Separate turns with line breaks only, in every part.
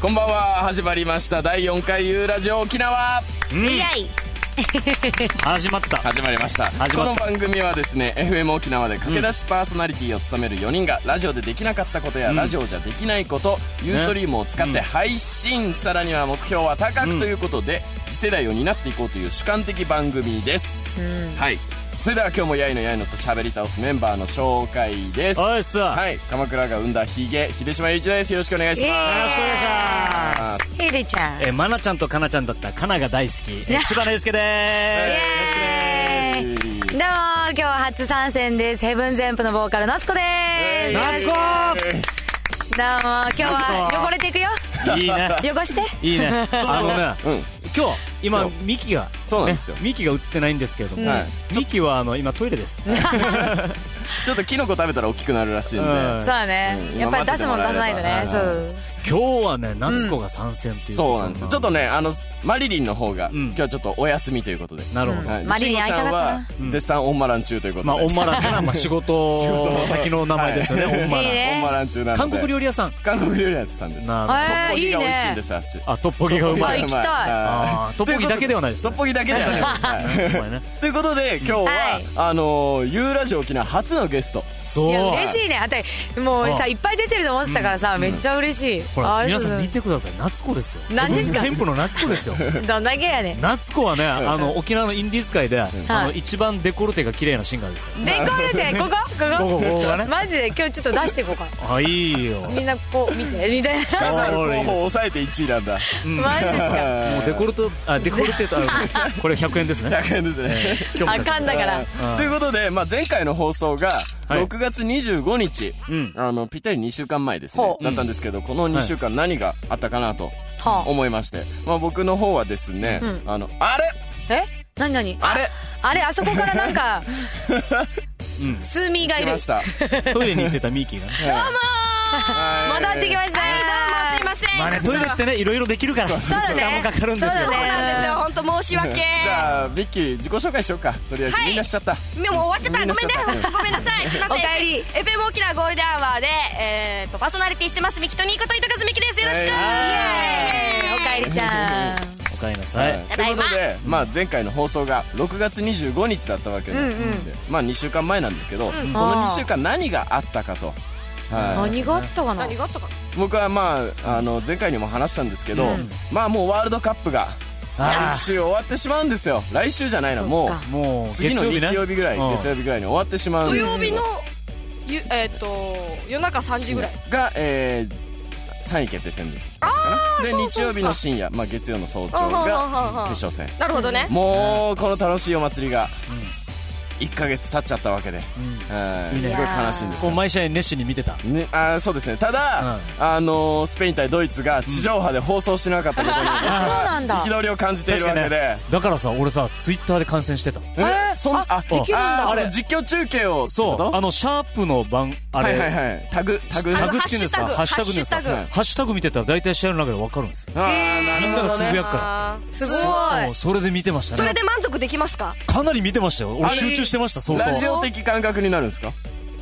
こんばんは始まりました第4回ユーラジオ沖縄
うん
イエイ
始まった
始まりました
始
こ
ま
の
った
番組はですね FM 沖縄で駆け出しパーソナリティを務める4人が、ラジオでできなかったことや、ラジオじゃできないことユーストリームを使って配信、さらには目標は高くということで、次世代を担っていこうという主観的番組です、はいそれでは今日もやいのやいのと喋り倒すメンバーの紹介です
おいっすよ
はい鎌倉が生んだヒゲ秀島雄一ですよろしくお願いしま
ろしくお願いします
す
ヒデちゃん
えまなちゃんとかなちゃんだったかなが大好きえ千葉大輔で
イエーイどうも今日初参戦ですヘブンゼンプのボーカル夏子です
す夏
どうも
子
今日
夏
は
子
汚れていくよ
いいね
汚して
いいね あのね
うん
今日今
今日
ミキが
そうなんですよ
ねミキが映ってないんですけれども
はい
ミキはあの今トイレです
ちょっとキノコ食べたら大きくなるらしいんで、
うん
そうだね
うん
やっぱり出すもん出さないとね
今
そ
待ってて
う
今日はね夏子が参戦という
そ
こ
う
と
なんですよちょっとねあのマリリンの方が、
ん
今日はちょっとお休みということで
なるほど
はい、
マリリン
慎吾ちゃん
会い
は
た
うん
絶賛オンマラン中ということで、
まあオンマ
ラ
ランってのはま あ仕事先の名前ですよね
はい
オンマ
いい
ラン
ね
ンオンマラン中なんで
韓国料理屋さん
韓国料理屋さんです
なるほど
え
トッポ
ー
ギ
いい
が美味しいんで
ね
すあっち
あトッポギがうま
わ
い
行きたい
あートッポギだけではないです
ト
ね
ッポギだけではないですはい
お前ね
ということで今日は、
はい
あのーユーラジオ沖縄初のゲスト
そう
いや嬉しいねあたりもう
あ
さいっぱい出てると思ってたからさめっちゃ嬉しい
ほ
あ
ら
り
皆
がとうござい
さん見
ま
てください夏子ですよ
何ですか
店舗の夏 子ですよ
すどんだけやねん
夏子はねあの沖縄のインディーズ界であ
は
の
い
一番デコルテが綺麗なシンガーですか
でこ れでここ
ら
こ
ここが
こ
ね
マジで今日ちょっと出してい こうか
あいいよも
みんなこう見てみたいな
数ある候補を抑えて1位なんだ
マジですか
うデコルトあデコルテと あるこれ100円ですね
100円ですね
今日
あ
も
かんだから
うん
ということで、まあ、前回の放送が
はい
6月25日、
うん
あのぴったり2週間前ですね
ほう
だったんですけどこの2週間何があったかなと
はあ
思いまして、まあ、僕の方はですね、
うん
あのあれ
え何何
あれ
あれあそこからな んか
うん
スーミーがい
来
る
ました
トイレに行ってたミーキーがね
はい
戻ってき ました
はいどうもすいませ ん
まあねトイレってねいろいろできるから時
うだね
間もかかるんです
そ
よ
うだ
そう
ね
なんですよ本当申し 訳
じゃあビッキー自己紹介しようかとりあえず、
はい
みんなしちゃった
もう終わっちゃったごめん
みん
ね
なしちゃった
本当ごめんなさいすいません
おかえり
FM 沖縄ゴールデンアワーで、えー、とパーソナリティしてますミキトニーこと糸数美希ですよろし
は
く、
い
おかえりちゃん
おかえりなさい
ということで、まあ、前回の放送が6月25日だったわけなんで、まあ、2週間前なんですけど、この2週間何があったかと、はい
何があったかな
何があったか
僕は、まあ、あの前回にも話したんですけど、まあもうワールドカップが
あ
来週終わってしまうんですよ来週じゃないな
そっか
もう
ーもう
次の日
ね
曜日ぐらい
うん
月曜日ぐらいに終わってしまうん
土
です
曜
け
日
ど
のゆえっ、と夜中3時ぐらい
が、えー、3位決定戦ですで
そう
日曜日の深夜、まあ、月曜の早朝
うんうん
が
うんうんうん
決勝戦
なるほどね、
もうこの楽しいお祭りが1ヶ月経っちゃったわけで、はい
い
す
ね
ごい悲しいんです
こう
よ
毎試合熱心に見てた
ね、あーそうですねただ、あのースペイン対ドイツが地上波で放送しなかったことに
そうなんだ
憤りを感じているわけ
確か
で
ね、だからさ俺さツイッターで観戦してた
え
えー
そん
あできるんだ
あー
あれ
その実況中継を
そうあのシャープの番あ
は
れ、
いはいはいタグタグ
あ
タ
の
グっていうんですか
ハ
ハ
ッ
ッ
シ
シュタグっていうんで
ュタグ
すか
ハッシュタ
グ
ハッシュタグ見てたら大体試合の中で分かるんですよ
あーなる
みんな
ほ
が
ど
つぶ
ね
やくか
あー
すご
ら
い
もうそれで見てました
それ
ね
で満足できますか
かなり見てましたよ
あ
俺
れ
集中してました相
ラジ
当
オ的感覚になるんですか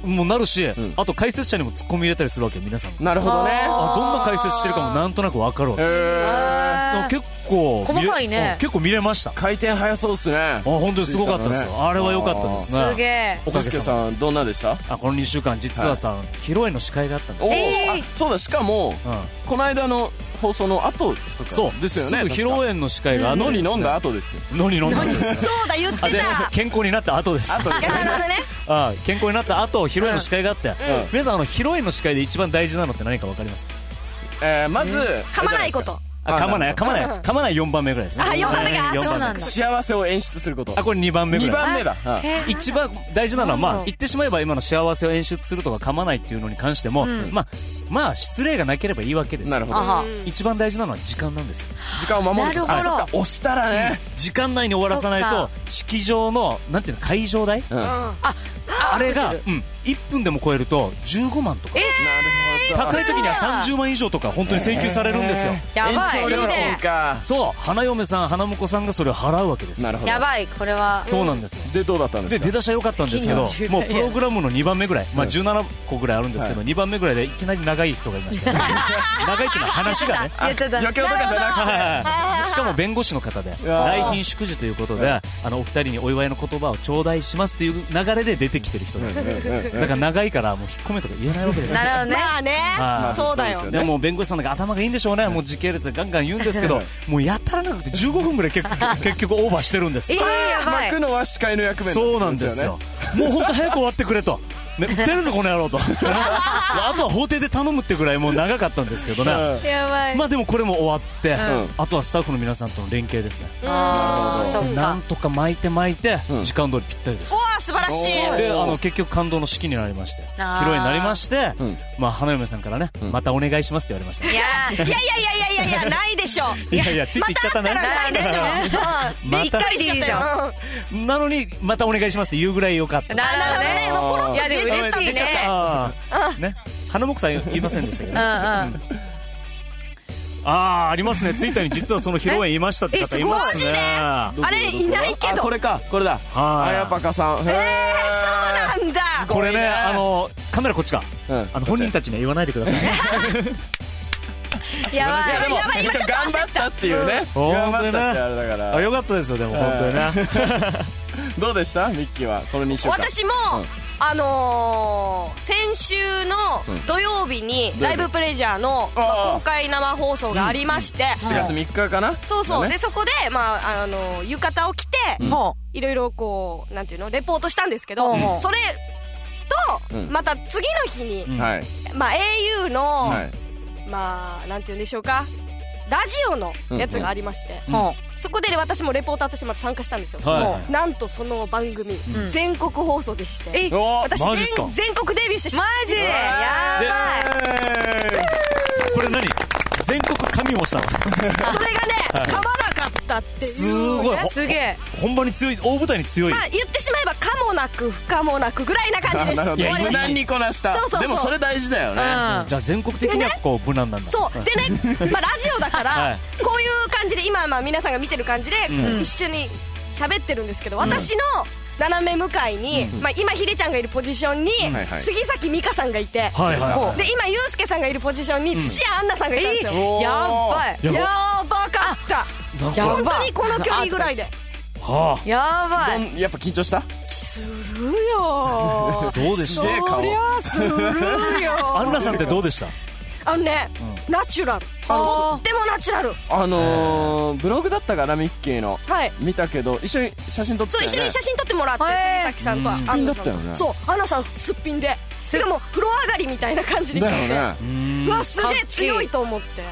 もうなるし、
ん
あと解説者にもツッコミ入れたりするわけよ皆さんが
なるほどね
あどんな解説してるかもなんとなく分かるわけ
へー
でも結構見れ
細かいね
うん結構見れましたあ
回転早そうっすね
本当にすごかったです
見
よ、
れたのね
あれは良かったですね
すげえ
お
ユ
か
ース
げ
ケ
さま
さんどんなでした
あこの2週間実はさ、披露宴の司会があったんだ
おお、
えー
あそうだしかも、
う
この間の放送の後とか
そう
ですよ
すぐ
ね
披露宴の司会があ
確か
った
の
んで
り
すね
飲んだ後ですよ
のり飲んだんですね
そうだ言って
あで健康になった後です
後で
いやなるほどね
あ健康になった後披露宴の司会があって、
ん
皆さんあの披露宴の司会で一番大事なのって何か分かりますか
えー、まず
噛まないこと
あ噛まない
あ
噛まない噛まない4番目ぐらいですね
あ四番目か
えー四
そうなんだ
幸せを演出すること
あこれ2番目ぐ
2
らい
番目だうん
えー
一番大事なのは、
なんだ
ま
ろ
あ、
う
言ってしまえば今の幸せを演出するとか噛まないっていうのに関しても、
ん
まあ、まあ失礼がなければいいわけですよ
なるほ
あ
ど
は
一番大事なのは時間なんですよ
時間を守る
なるほど
あそっか押したらね、
時間内に終わらさない
そっ
と式場のなんていうの会場代
うんなる
あれが、うん、1分でも超えると15万とか
え
高い時には30万以上とか本当に請求されるんですよ、
やばい
延長料金か
そう花嫁さん花婿さんがそれを払うわけですよ
なるほど
やばいこれは
そうなんですよ
でどうだったんで
です
か
出だしは良かったんですけど
好き
もうプログラムの2番目ぐらい、まあ、17個ぐらいあるんですけど、
は
2番目ぐらいでいきなり長い人がいました長いっていうのは話がね
言っちゃった
余興とかじゃなくて
はいしかも弁護士の方で
わー
来賓祝辞ということであのお二人にお祝いの言葉を頂戴しますという流れで出てきてる人なんですだから長いからもう引っ込めとか言えないわけですよ
なるほどね
まあね、
はい
そうだよ
そうですよね
でも弁護士さんなんか頭がいいんでしょうね、もう時系列でガンガン言うんですけ ど、もうやたらなくて15分ぐらい 結局結局オーバーしてるんです
えー、、やばい
行くのは司会の役目
そうなんですよ、もう本当、早く終わってくれと、 ね、売ってるぞ、この野郎と、あとは法廷で頼むってぐらい、もう長かったんですけどね、
やばい、
まあでもこれも終わって、
ん
あとはスタッフの皆さんとの連携ですね、
あーそっ
な
か
んとか巻いて巻いて、時間通りぴったりです
う。わ素晴らしい
であの結局感動の式になりまして披
あー
露になりまして、
ん
まあ、花嫁さんからね、またお願いしますって言われました
いやー
いやいやいやいやいやいやないでしょ
いやいやついつい言っちゃったね
またあったらないでしょうん
また
びっくりしちゃったようん
なのにまたお願いしますって言うぐらい良かった
なるほどね
もうポロッと
いやでも嬉しい
出ちゃっ
ね
たね花木さん言いませんでしたけど、
う
あ
んうん
あーありますねツイッターに実はその披露宴いましたって方いますね
ええすごい
どこ
あれ
どこどこ
いないけど
あこれかこれだ
はい
あやぱかさんへえ
なんだ
ごい
これ
すごいね
ねあのカメラこっちか、
うん
あの本人たちには言わないでくださいね
やばい
でも
やばい今ちょっと
頑張ったっていうね
うん
頑張ったってあれだか
あ
ら
よかったですよでも本当にね、
どうでしたミッキーはこの2週間
私も、
うん
あのー先週の土曜日に「ライブプレジャーの」まあ
あー
公開生放送がありまして、
7月3日かな
そうそう、
だ
で
ね
そこで、まああのー浴衣を着て、
ほ
いろいろこうなんていうのレポートしたんですけど、
うん
それと、
うん
また次の日に、
うん
はい
まあ、au の、
はい
まあなんていうんでしょうかラジオのやつがありまして、
うほ
そこで私もレポーターとしてまた参加したんですよ、
はい
も
なんとその番組、
ん
全国放送でして
うえ
お
私
マジっすか
全全国デビューしてし
マジでやばい
これ何全国神もしたの
それが ね変わらなかったっていう
すごいほ
すげえ
本場に強い大舞台に強い、
まあ言ってしまえば可もなく不可もなくぐらいな感じで
あ
す
なるほ
い
ど
や
無難にこなした
そうそうそう
でもそれ大事だよね
うん
じゃあ全国的にはこう無難なんだ
そう でね、まあ、ラジオだから、
はい
こういう感じで今まあ皆さんが見てる感じで、一緒に喋ってるんですけど私の斜め向かいに、まあ、今ヒデちゃんがいるポジションに、
はいはい
杉咲美香さんがいて、
はいはいはい
で今ユースケさんがいるポジションに土屋アンナさんがいたんですよ、
おー
やばい
やば
やばかった
なんか
やば
本当にこの距離ぐらいで
は
やばい
どんやっぱ緊張した
するよ
あどうでし
す
た
げえ
そ
顔
りゃする
アン
よ
ナさんってどうでした
あのね、ナチュラルとってもナチュラル
あのーブログだったかなミッキーの
はい
見たけど一緒に写真撮って
そ
た
う
よ
一緒
ね
に写真撮ってもらって
へー
杉咲さんとア
すっ
ンナさ
ぴんだ
ん
ったよね
そうアンナさんすっぴんでしかも風呂上がりみたいな感じで来て
だよね
うわすげえ強いと思って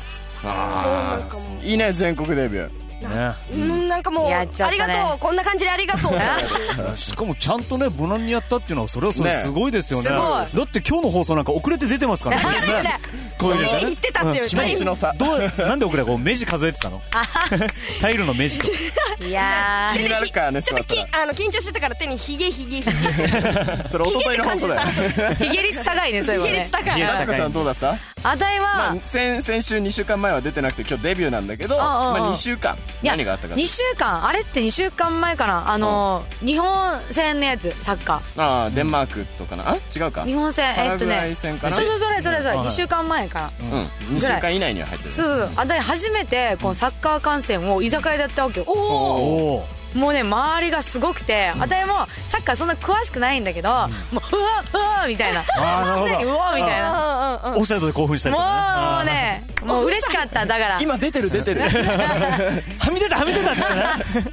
あ
そうなんかも
ーいいね全国デビュー
ね
うんなんかもう
や
あ
っちゃっ
り
た
が
ね
とうこんな感じでありがとうって
あ
しかもちゃんとね無難にやったっていうのはそれはそれ
ね
すごいですよね
すごい
だって今日の放送なんか遅れて出てますからね
トイレ
トイレ
でトイレ
でね
行ってたっていう
うん
日々
の差
どうなんで遅れこう目地数えてたのタイルの目地と
いや
気になるからね
ちょっと
座
き
っ
あの緊張してたから手にヒゲヒゲヒゲ
それ一昨日の放送だよ
ーひげ率高いねそうい
ヒ
う
ゲ率
ね
高い
ヒゲ率
マツコさんどうだった
あたい
ま
は
あ先先週2週間前は出てなくて今日デビューなんだけど
あああ
まあ2週間
いや
何があったか
2週間あれって2週間前かなあのー日本戦のやつサッカ
ああデンマークとかなあ違うか
ー日本戦えっと
パラグアイ
ね
戦
そ
か
う
な
そうそれそれそれ
はい
2週間前かな
うん2週間以内には入ってる
そうそうそうあたい初めてこうサッカー観戦を居酒屋でやったわけよ
お
お
お
お
もうね周りがすごくてあたいもサッカーそんな詳しくないんだけどもううわうわみ たいな
あーなるほど
常にうわみたいな
うんうんう
オ
ん
フサイドで興奮したり
も
と
う
かね
ねもう嬉しかっただから
今出てる出てる
あーはみ出たはみ出たってね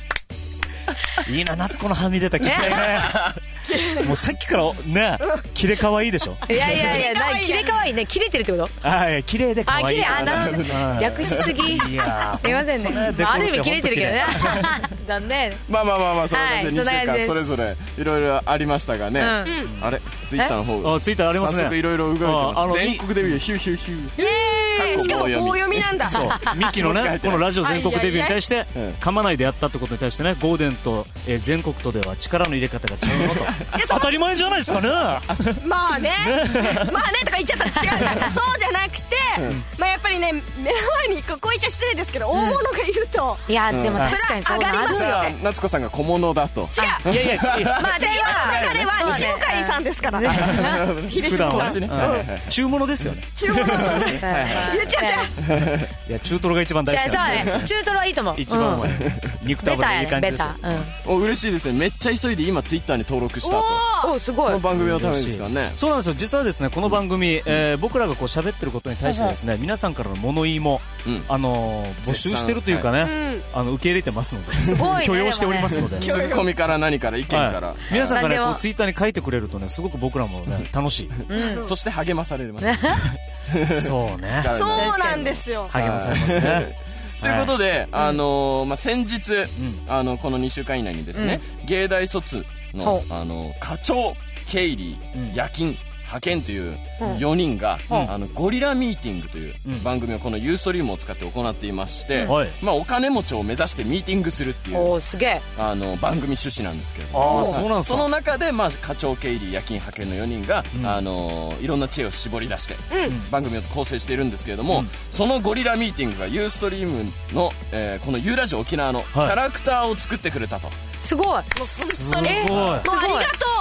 いいな夏子のはみ出た聞きたいねもうさっきからね切れかわいいでしょ
いやいやいや な
切
切
れ
れ
可
かわいいね切れてるってこと
はい綺麗で可
あ
愛
綺
い
麗あなるほ ど略しすぎ
いやー
すいませんね
ほと
ある意味切れてるけどね
デコルテ
だね
まあまあまあまあそう
はい
ですね2
そんな
週
感じで
間
す
それぞれいろいろありましたがね
うん
あれツイッターの方が
本当綺麗あツイッターあります
早
ね
速いろいろ動いて
ああ
ま
の
す全国デビューヒューヒューヒュー
イエーイえしかも棒読みなんだ
そうミキの
持ち 帰っ
ね
て
このラジオ全国デビューに対して
いやいや
噛まないでやったってことに対してねゴーデンと、えー全国とでは力の入れ方が違 うのと
やそ
当
の
たり前じゃないですかね
まあねまあねとか言っちゃった違うんだそうじゃなくて、まあやっぱりね目の前にここう言っちゃ失礼ですけど、大物がいると
いやでも確かにそうなる
じゃあ夏子さんが小物だと
違う
いやいやいや
まあじゃあ今の流れは西向井さんですから秀
普
島
段
さ
は
ん
ね
ね、
はいはいは
うん、中物ですよね
中央の存在言っちゃった
いや中トロが一番大
じゃ
好
あ
き
そう
なんで
ね中トロはいいと思う
一番うまい、
うん
肉と
ベタ
油
や
いい
ね
感じ
ベ
ですよ
タうん
お嬉しいですねめっちゃ急いで今ツイッターに登録したと
お
お
お
すご
こ
い
の番組のためですからね
そうなんですよ実はですねこの番組、えー僕らがこう喋ってることに対してですね皆さんからの物言いも、
うん
あのー募集してるというかね、あの受け入れてますので
ごいね
許容しておりますので
ツッコミから何から意見から、
はい、皆さんが
何
ね
でも
こうツイッターに書いてくれるとねすごく僕らもね楽し
そして励まされます
いそうね
力に
そ
なる
うなんですよ
励まされますね
ということで、あのーまあ、先日、あのこの2週間以内にですね、芸大卒の
ほう
あの課長経理、
うん
夜勤派遣という4人が、あのゴリラミーティングという
うん
番組をこのユーストリームを使って行っていまして、
はい
まあ、お金持ちを目指してミーティングするっていう
おーすげえ
あの番組趣旨なんですけれど
あ
も
ーそうなんすか
その中で、まあ、課長経理夜勤派遣の4人が、あのーいろんな知恵を絞り出して、番組を構成しているんですけれども、そのゴリラミーティングがユーストリームの、えーこのユーラジオ沖縄のキャラクターを作ってくれたと、
すごい
すごい
え
もうありがとう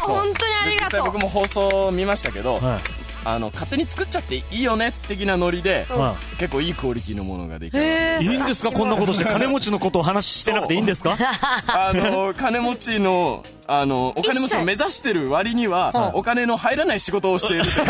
本当にあり
で
が
実
と
際
う
僕も放送を見ましたけど、
は
あの勝手に作っちゃっていいよね的なノリで、
いは
結構いいクオリティのものができる
へ
い、
え
いいんですかこんなこと して金持ちのことを話してなくていいんですか
あの金持ちのあのお金持ちを目指してる割にはお金の入らない仕事をしているという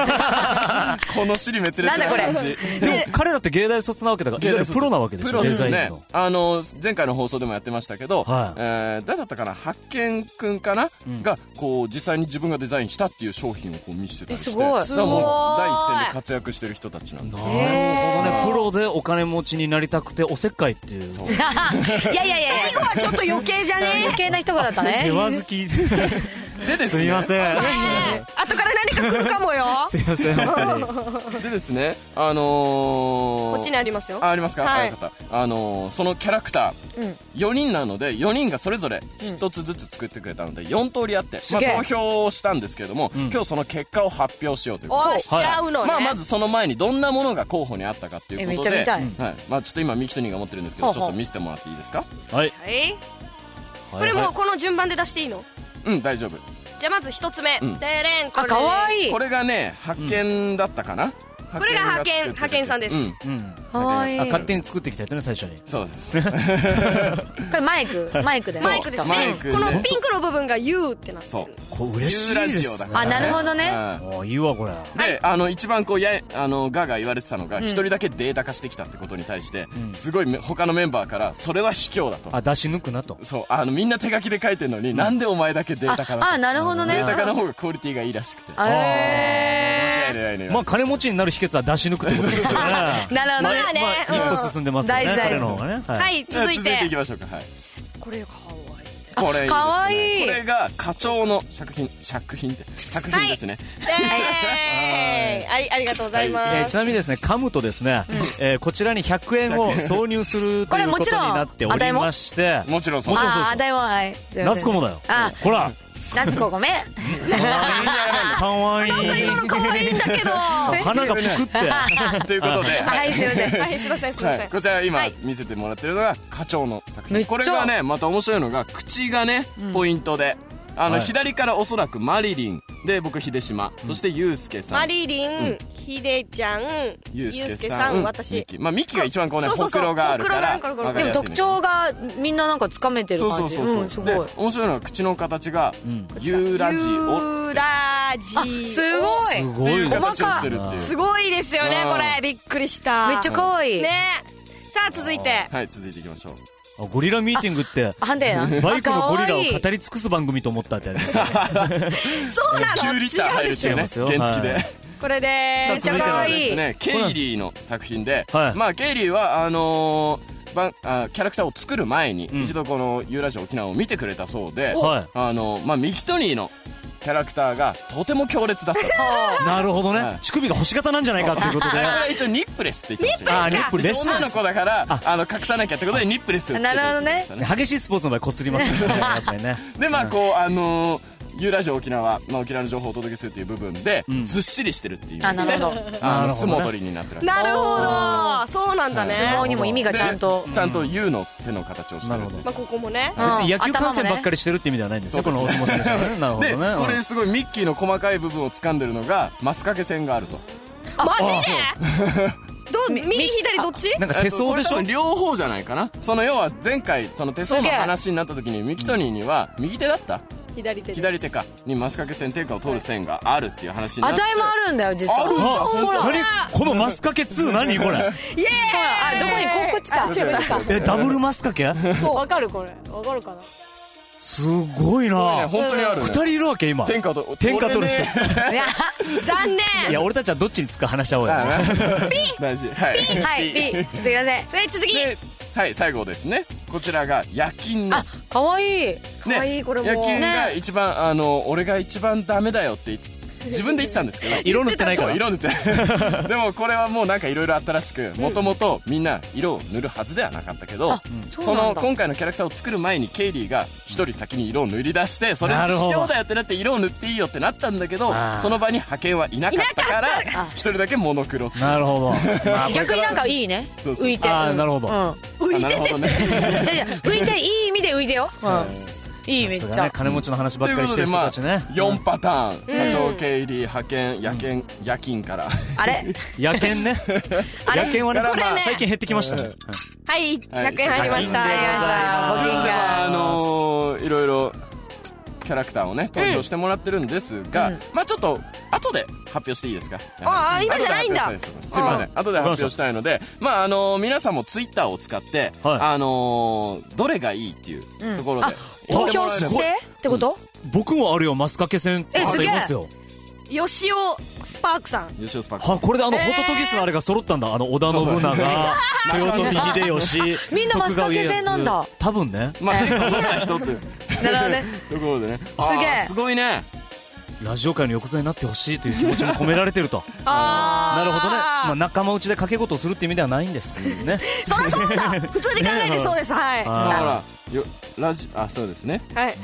この尻滅裂な感じ
でも彼らって芸大卒なわけだからいわゆるプロなわけで
プ
し
ロ
ょ
で
デ
す
ザイン
ね
の
あの前回の放送でもやってましたけど、
はい
えー誰だったかな発見くんかな、がこう実際に自分がデザインしたっていう商品をこう見せてたりして
えすごい
だからもう
すごい
第一線で活躍してる人たち なんです
なるほどねプロでお金持ちになりたくておせっかいっていう
そう
いやいやいや最後はちょっと余計じゃね余計な一言だったね
世話好 き
でですすね
みませ ん
ねえ後から何か来るかもよ
すみません本当に
でですねあのー
こっちにありますよ
あありますか、
はい
あよかったあのーそのキャラクター、4人なので4人がそれぞれ1つずつ作ってくれたので4通りあって、まあ、
げえ
投票をしたんですけれども、今日その結果を発表しようということ
お
で
いしちゃうのね
まあ、まずその前にどんなものが候補にあったかっていうことで
えめっちゃ見
はいまあ、ちょっと今ミキトニーが持ってるんですけど
ほう
ち
ほ
ょ
う
っと見せてもらっていいですか
はい
はい
こ
これもうこの順番で出していいの
うん大丈夫
じゃあまず一つ目
うん
デレンこ
あ
れ
かわいい
これがね派遣だったかな、
これが派
作って
遣
くれて
派遣さんです
う
うん
かわいい
あ勝手に作ってきたやつね最初に
そうです
これマイクマイクだよ
マ
ね
イクです
マイ
ね
クね
このピンクの部分が U ってなって
そう
る
こう
ユ
嬉し
ー
い
ラ
で
ジオ
す
だ
ね
から、ね、
あなるほどね
うん
あいいわこれ
で、あの一番こうやあのガが言われてたのが一人だけデータ化してきたってことに対して、すごいめ他のメンバーからそれは卑怯だと
あ出し抜くなと
そうあのみんな手書きで書いてるのに、なんでお前だけデータ化だと
ああなるほどね
データ化の方がクオリティがいいらしくて
あ
間違い
え
ないね
まあ金持ちになる秘訣は出し抜くってことですよね
ー なるほどね
まあね
一歩進んでますよね
大事大事
彼の方がね
はいい続い
じゃあ
て
いきましょうかはい
これかわいい
これいいですね
かわいい
これが課長の作品作品って作品ですね、
イエーイありありがとうございます、
えーちなみにですね噛むとですねえーこちらに100円を挿入すると
こ
い
れ
う
も
こと
ち
に
ろん
なっておりまして
もちろんそう
もちろんそう
ああだいぶはい
夏子もだよ
あ
ほら
夏子ご めん
かわいい
可愛いんだけどは
花がぷくっ て
ということで、
はいすいません
いすいませんすいま
は
せん
い、こちら今
はい
見せてもらってるのが課長の作
め
品
っちゃ
これがねまた面白いのが口がねポイントで、あの
はい
左からおそらくマリリンで僕秀島、そしてユうスケさん
マリリン、ヒデちゃん、ユウスケさん、
ミ
私。
キまあミキが一番こうね
そうそ
ほ
うそ
く
う
ろがあるから
ほくろがあるから
わかり
でも
やすいね
特徴がみんななんかつかめて
そ
る
うそ
感
う
じ
そうそう
うんすごい
で面白いのは口の形がユーラジオ
ユーラジ
あすごい
す
って
ご
い
いうです
形をしてるっていう
すごいですよね
うん
これびっくりした
めっちゃ可愛い
ねさあ続いて
はい続いていきましょう
あゴリラミーティングって
あはんだよな
バイクのゴリラを
あ可愛い
語り尽くす番組と思ったってありますね
そうなの
9リッター入る
違う
っ
でしてょ
いう
違い
ね
ますよ
原付きで、
はい
これでめっち
さ
ゃ
あ続いて
可
は
愛
で
い
す
です
い
ねケイリーの作品で、
はい
まあケイリーはあのーばんあキャラクターを作る前に、一度このユーラジオ沖縄を見てくれたそうで、
はい
あのまあミキトニーのキャラクターがとても強烈だった
なるほど
は
ね
い。
乳首が星型なんじゃないかっていうこと
こ
で。
れ
あ
は一応ニップレスって言ってました
ー、ニップレス。
女の子だからあの隠さなきゃってことでニップレスをつけてるって言ってましたね
激しいスポーツの場合、こすりますからね。やっぱりね。
でまあこうあのーユーラジオ沖縄、まあ、沖縄の情報をお届けするっていう部分で、
ん
ずっしりしてるっていう意
あ
味で
なるほど
あ
なる
の
ほど
素
ね
戻りになってる
なるほどそうなんだね
相撲にも意味がちゃんと
でちゃんと U の手の形をしてる
なるほ
まあここもね
うん
別に野球観戦ばっか
頭もね
りしてるって意味ではないんですよ、
そ
こ
うです
のお相撲さんでしょうね。なるほど
で
ね。うん
これすごいミッキーの細かい部分を掴んでるのがマス掛け線があると
マジでどう右左どっち
なんか手相でし
えっとこれ多
ょ
分両方じゃないかなその要は前回その手相の話になった時にミキトニーには右手だった
左手です
左手かにマス掛け線天下を通る線があるっていう話にな
あ
って
たいもあるんだよ実は
あるんだ
あ
ほら
何このマス掛け2何これ
イエー
ほ
イ
らあどこにここっちか
あ違うこっちか
えダブルマス掛け
そうわかるこれわかるかな
すごいな
本当にある、ね
二、人いるわけ今
天下と
天下取る
俺
人
ね
いや
残 念
いや俺たちはどっちにつくか話し合おうよ
あ大事はい
はい
ピー
B すいません
え続き
ではい最後ですねこちらが夜勤の
あ可愛い
ね
可愛いこれも
夜勤が
ね
一番、あの俺が一番ダメだよって言って自分で言ってたんですけど
色塗ってないか
そ
ら
う色塗って でもこれはもうなんかいろいろあったらしくもともとみんな色を塗るはずではなかったけど、
そう
そ
なん
の
だ
今回のキャラクターを作る前にケイリーが一人先に色を塗り出してそれ
なるほど
卑怯だよってなって色を塗っていいよってなったんだけど
あー
その場に派遣はいなかったから
た
一人だけモノクロっていう
な るほどまあ
逆になんかいいね
そうそう
浮いて
あーなるほど
うん浮い
あな
て
る
て
ほどね
じゃあじゃあ浮いていい意味で浮いてようんいいめっ
さす
ち
がね
ゃ
金持ちの 話ば
と
っ
いう
か
こと
り し
で
てる人
まあ
たちね
4パターン社長経理派遣夜勤夜勤から
あれ
野犬ね
あれ
野犬はね
これね
まあ最近減ってきましたね
はい100円入りました
はい
ありがとうございます募金が
あのーいろいろキャラクターをね登場してもらってるんですが、
うん
まあちょっと後で発表していいですか
ああ
はい
今じゃないんだ
後で発表したですすいません後で発表したいのでまああのー皆さんもツイッターを使って、
はい
あのーどれがいいっていう
うん
ところで、
あ投票制
す
っ
ごい
てこと
僕もあるよマス掛け線
え
あ
すげえ
りますよ
吉尾スパークさん
優勝スパッ
はこれであのホトトギスのあれが揃ったんだあの織田信長豊臣秀吉
みんなマス掛け線なんだ
徳川家康多分ね
クまあ結構取った人っていう
なるほどね
ところでね
すげえ
あーすごいね
ラジオ界の横綱になってほしいという気持ちも込められてると
あ
な
ー
るほどね、まあ、仲間内で掛け事をするって意味ではないんです ね
そりゃそうだ普通に考えてそうですはい
だ
あ
からよラジあそうですね
はい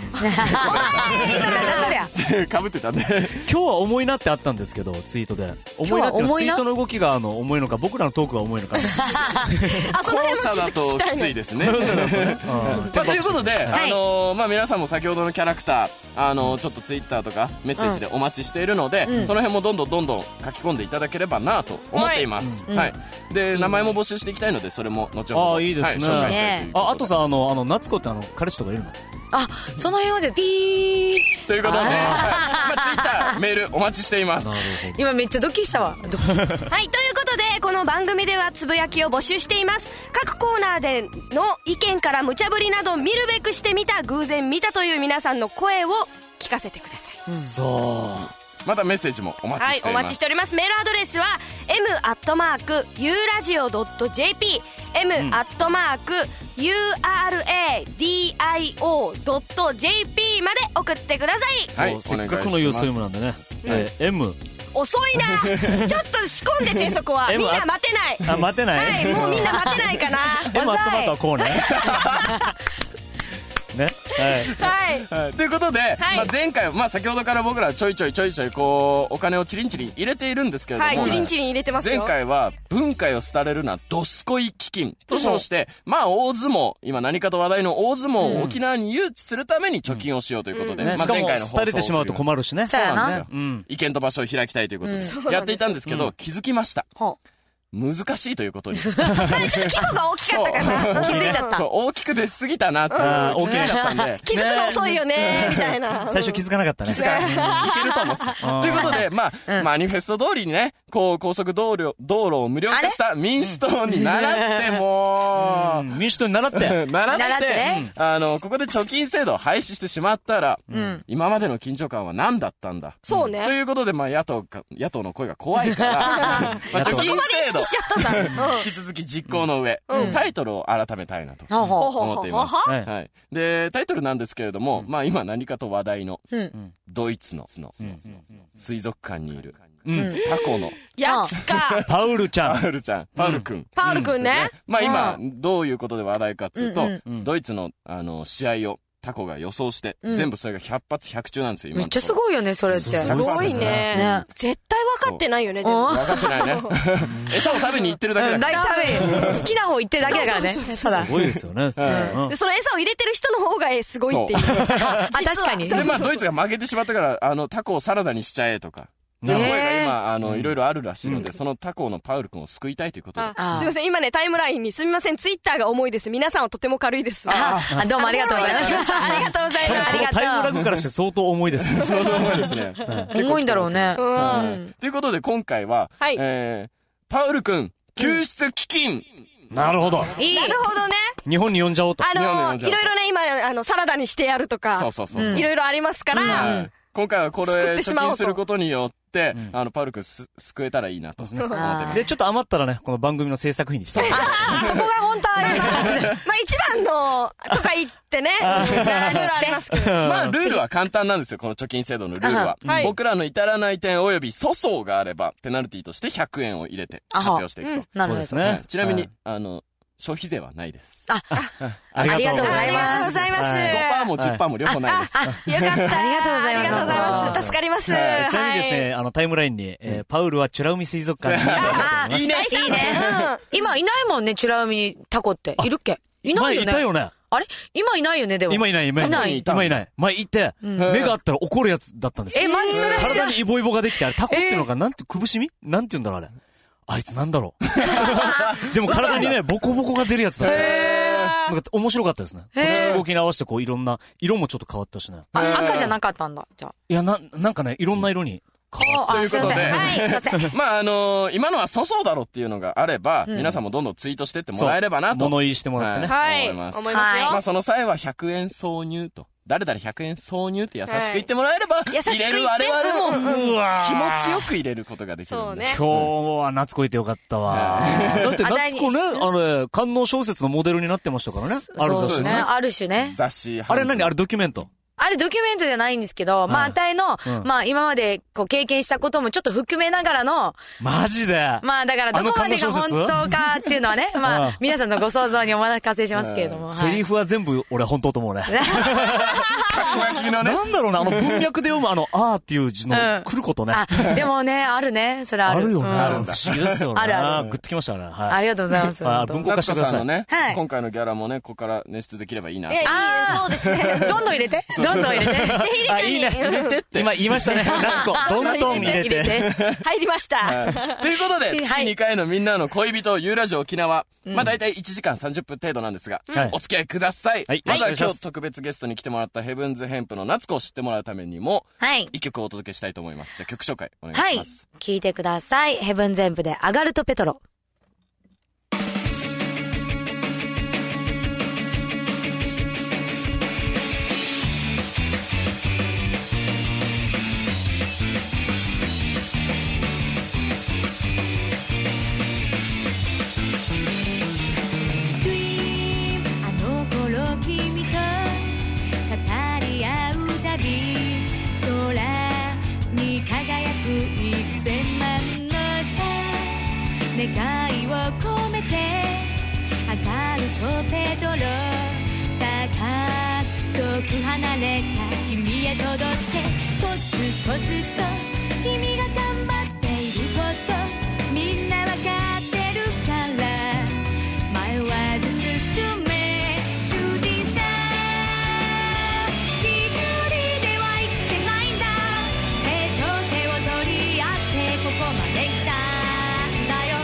なんだそりゃ
かぶってたね
今日は重いなってあったんですけどツイートで重いなっていうの
今日は重
は
い
ツイ
な
ートの動きがあの重いのか僕らのトークが重いのか
あその
後
辺もち
者
ょ
だ
っと
と
聞きた
きつ
い
い
ね
ですね
うん
まあ、ということで、
はい
あのーまあ、皆さんも先ほどのキャラクター、あのーちょっとツイッターとかメッセージでお待ちしているので、
うん
その辺もどんどんどんどん書き込んでいただければなと思っています、
うん
はいで名前も募集していきたいのでそれも後ほど
あーいいですね
はい紹介したいということで
ああとさあのあの夏子ってあの彼氏とかいるの
あその辺までピー
ということで、
あー
はいまあ、ツイッターメールお待ちしています
今めっちゃドキしたわドキ
はいということでこの番組ではつぶやきを募集しています各コーナーでの意見から無茶ぶりなど見るべくしてみた偶然見たという皆さんの声を聞かせてください
そ
またメッセージもお待ち
は
し
い
て
お
いま
待ちし
す、
ておりますメールアドレスは m アットマーク u ラジオドット jp m アットマーク u r a d i o ドット jp まで送ってくださいう
はい
そうせっかくのユーストリームなんでね
ん
えー M
遅い なちょっと仕込んでてそこはみ
M
んな待てない
あ待てない
はいもうみんな待てな いかな
M アットマークはこうねねはい
はい
はいということで、
い
まあ、前回、まあ、先ほどから僕らちょいちょいちょいちょいこうお金をチリンチリン入れているんですけれども、
はいチリンチリン入れてますよ
前回は文化を廃れるなドスコイ基金と称して、まあ大相撲、今何かと話題の大相撲を沖縄に誘致するために貯金をしようということで、ま
ね
あ
しかも
放送
廃れてしまうと困るしね
そうや
そうなん
な
ですよ、
うん
意見と場所を開きたいということで、 やっていたんですけど、気づきました。
ほ
難しいということに。気
規模が大きかったかな
う気づいちゃった
大きく出すぎたなって
あー
気づいちゃったんで。
気づくの遅いよねみた いな
最初気づかなかった
い
ね
けると思うっす。 ということで、まあ、マニフェスト通りにね、こう、高速道路、道路を無料化した民主党に習って、もう、
民主党に習っ て
習って
習って
あのここで貯金制度を廃止してしまったら、今までの緊張感は何だったんだ
そうね
ということで、まあ、野党か野党の声が怖い から、まあ、貯金
そこまで
制
意
度
識しち ゃったんだうん
引き続き実行の上、タイトルを改めたいなと
ほうほう
思っています。
ほほほほ
はい、でタイトルなんですけれども、まあ今何カと話題の
うん。
ドイツのの水族館にいる
うん。
タコの
やつか。
パウルちゃ
パ
ん。
ウルちゃん、パウルくん。
パールくんね。
まあ今
う、
どういうことで話題かっつうと、
うん
うん
ドイツの、あの、試合をタコが予想して、
うん
全部それが100発100中なんですよ、今
めっ
の
ち
と
ゃ
こ
す
ろ。
ごいよね、それって。
す
すごいね
ね。
絶対分かってないよね、でも
う。
分かってないね。 餌を食べに行ってるだけだ
うん、
から。
大体好きな方言ってるだけだからね。ただ
す。ごいですよ
ん
ね。うん
でその餌を入れてる人の方がえすごいっていう。
あ、確かに。
で、まあ、ドイツが負けてしまったから、あの、タコをサラダにしちゃえとか。
へ
声
ー
が今、あの、いろいろあるらしいので、そのタコのパウル君を救いたいということで。
あすいません、今ね、タイムラインに、すみません、ツイッターが重いです。皆さんはとても軽いです。
あ、どうもありがとうございます。
ありがとうござい
多分
ます。
このタイムラグからして相当重いで すね。
そう思いですね。
重いんだろうね。
うん。
はいということで、今回は、
はい
えーパウル君、救出基金
なるほど。
いい。
なるほどね。
日本に呼んじゃおうと。
あ
日本の四
の、い
条
ろいろね、今、あの、サラダにしてやるとか、
そうそうそうそう。
うん
いろいろありますか
は
ら、
い今回はこ
救っ
れ、貯
てしまおう
金
と
することによって
ん、
あの、パウル君す救えたらいいなと。思って
あ
ま
ー
す
で、ちょっと余ったらね、この番組の制作費にして。
あ、そこが本当は
まあ一番の、とか言ってね、いろいろありますけど。
まあ、ルールは簡単なんですよ、この貯金制度のルールは。
ははい
僕らの至らない点及び粗相があれば、ペナルティとして100円を入れて
あは
活用していくと。
なる
そう
ほ
で
ど
す
は
ね
い。ちなみ
う
に
ん、、
あの、消費税はないです。
あ、
ありがとうござい
ありがとう
ま
ご
す。
ざいます。
5%も10%も両方ないです。
あ、よかった。ありがとうご
ありがとうございます
助かります。
はい
ちなみにですね、あの、タイムラインに、えーパウルはチュラウミ水族館に行った
あ、いいね。いいね。今いないもんね、チュラ海にタコって。いるっけいないよね。
前いたよね。
あれ今いないよね、でも。
今いない、今いない。
い
今いない。前行って、目があったら怒るやつだったんですよ
え、マジそれ知ら
体
ない。
にイボイボができて、あれタコっていうのが、なんて、くぶしみなんて言うんだろう、あれ。あいつなんだろ う。でも体にね、ボコボコが出るやつだったんですなんか面白かったですね。こっちの動きに合わせて、こう、いろんな、色もちょっと変わったしね。
あ、赤じゃなかったんだ。じゃ
いや、な、なんかね、いろんな色に変わっ
あ。あ、すいません。はい、すいません。
まあ、あのー今のは粗相だろっていうのがあれば、皆さんもどんどんツイートしてってもらえればなと。
そう物言いしてもらってね
はい。
思います。
思いますよ。
まあ、その際は100円挿入と。誰々100円挿入って優しく言ってもらえれば、
優しく言っ
入
て
れる我々も、
うわ
気
ー
持ちよく入れることができるんで。
そうね
今日は夏子いてよかったわ。だって夏子ね、あれ、観音小説のモデルになってましたからね。ある
そう
雑
で
誌
すね。
ね。
ある種ね。
雑誌。
あれ何あ
る
れドキュメント。
あれドキュメントじゃないんですけど、まあ、あたいの、
うん
まあ、今まで、こう、経験したこともちょっと含めながらの、
マジで。
まあ、だから、どこまでが
あの
本
看護小
当
説
かっていうのはね、まあ、皆さんのご想像にお任せしますけれども。
セリ
フ。
フは全部俺本当と思うね。
たこ焼きのね。
なんだろうな、あの文脈で読 むあの、あーっていう字の
うん
来ることね。
あ、でもね、あるね、それあ
あ
る。
るよね。
うん
不思議ですよね。
あるある
グッときましたね。
あ
はい。
りがとうございます。
あ
本当
文庫
な
化
つ
して
こ
くだ
さんの
さい。
ね、
はい
今回のギャラもね、ここから捻出できればいいなと
いやいい
あー
そうで すね。
どんどん入れて。どんどん入れて。
あ、いいね。 今言いましたね。夏子、どんどん入れて。。
入りました。
ということで、
は
月
い
2回のみんなの恋人、ユーラジオ沖縄。まあ大体1時間30分程度なんですが
はい、
お付き合いください
はい。
まずは
お願いし
今
ます
日特別ゲストに来てもらったヘブンズヘンプの夏子を知ってもらうためにも、
はい。
一曲をお届けしたいと思います。じゃあ曲紹介お願い
は
し
い
ます。。
聞いてください。ヘブン全部で、アガルトペトロ。
Dream あの頃君と語り合うたび空に輝く幾千万のさ願いを込めて上がるとペドロ高く離れた君へ届けコツコツと君が頑張っていることみんなわかってるから迷わず進め Shooting Star 一人では生きてないんだ手と手を取り合ってここまで来たんだよ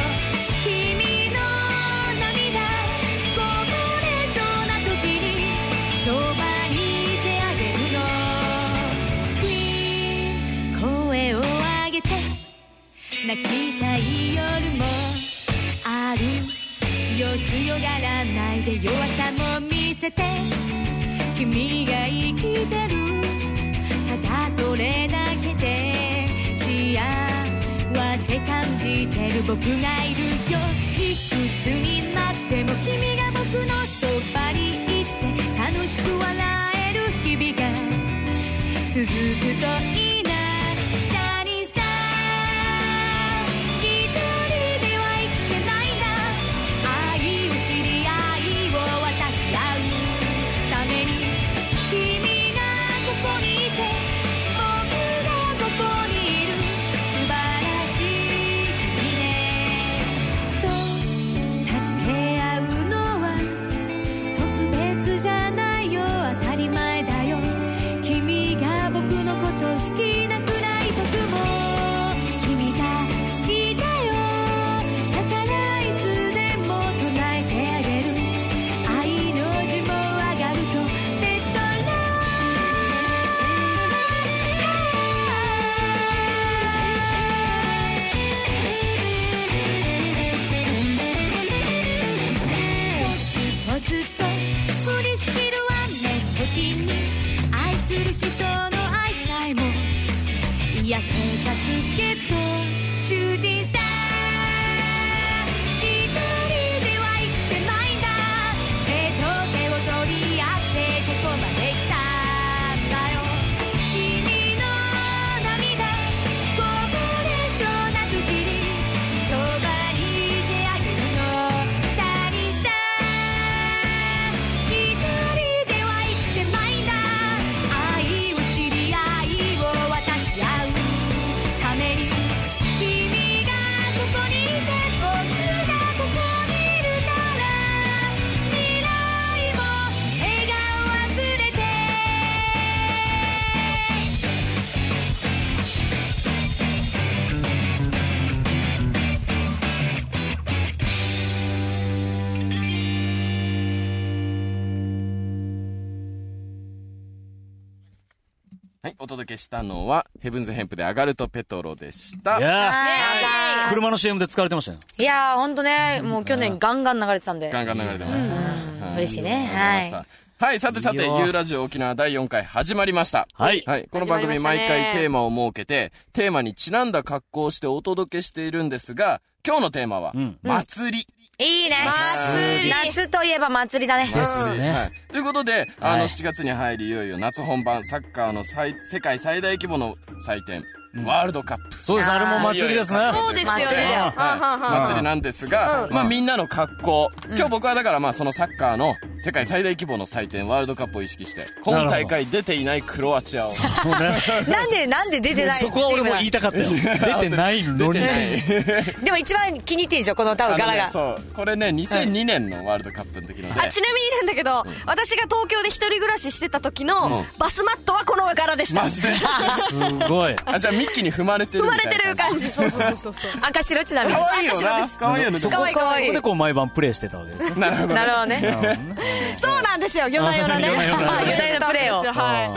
君の涙こぼれそうな時にそばにいてあげるの Scream 声を上げて泣きたい夜もあるよ強がらないで弱さも見せて君が生きてるただそれだけで幸せ感じてる僕がいるよいくつになっても君が僕のそばにいて楽しく笑える日々が続くといいなシャニースター一人ではいけないんだ愛を知り愛を渡し合うために君がここにいて僕がここにいる素晴らしい君ねそう助け合うのは特別じゃないよ当たり前だよ君が僕のこと好きなくらい僕も君が好きだよだからいつでも唱えてあげる愛の字も上がるとベッドラもうずっと振りしきるわね時に愛する人の愛さえも嫌気さすけどシューティングスター一人では生きてないんだ手と手を取り合ってここまで来たんだよ君の涙こぼれそうな時にそばにいてあげるのシャリさ「一人では生きてないんだ」「愛を知り愛を渡し合うために」「君がここにいて僕がここにいるなら」「未来も笑顔あふれて」
はい、お届けしたのは、ヘブンズヘンプで上がるとペトロでした。
いや
はい
ー車の CM で使われてましたよ。
いやー、ほんとね、もう去年ガンガン流れてたんで。
ガンガン流れてました。はい
嬉しいね
ありがとうござましたはい、さてさて、
いいよ
ユーラジオ沖縄第4回始まりました。
はい
はい、この番組
始まり
毎
ましたね
回テーマを設けて、テーマにちなんだ格好をしてお届けしているんですが、今日のテーマは、
うん
祭り。
いいね。
祭り
夏といえば祭りだね。
ですね
はい。ということで、あの、
はい
7月に入り、いよいよ夏本番、サッカーの最世界最大規模の祭典、ワールドカップ。
そうです、あれも祭りですね。
そうですよね
祭りだよ
はい、祭りなんですが、まあみんなの格好、今日僕はだからまあそのサッカーの世界最大規模の祭典ワールドカップを意識して今大会出ていないクロアチアを
もうね
なんで、なんで出てない
そこは俺も言いたかったよ。出てないのに。
出てない
でも一番気に入ってんでしょ、この多分柄
あ
が。
のねそうこれね2002年のワールドカップの時ので
あちなみになんだけど、私が東京で一人暮らししてた時
う
の、
ん
バスマットはこの柄でした
マジで
すごい。
あじゃあミッキーに踏まれてる
生
み
ま
たい
れ
な
てる感じそうそうそうそうそう
赤白ちなみに。
可愛いよな可愛いよね
そこ
可愛い
可愛い
そこでこう毎晩プレイしてたわけですよ。
なるほど
なるほどね。
そうなんですよ夜な夜なね
夜な夜な
ね夜な夜なプレーを
で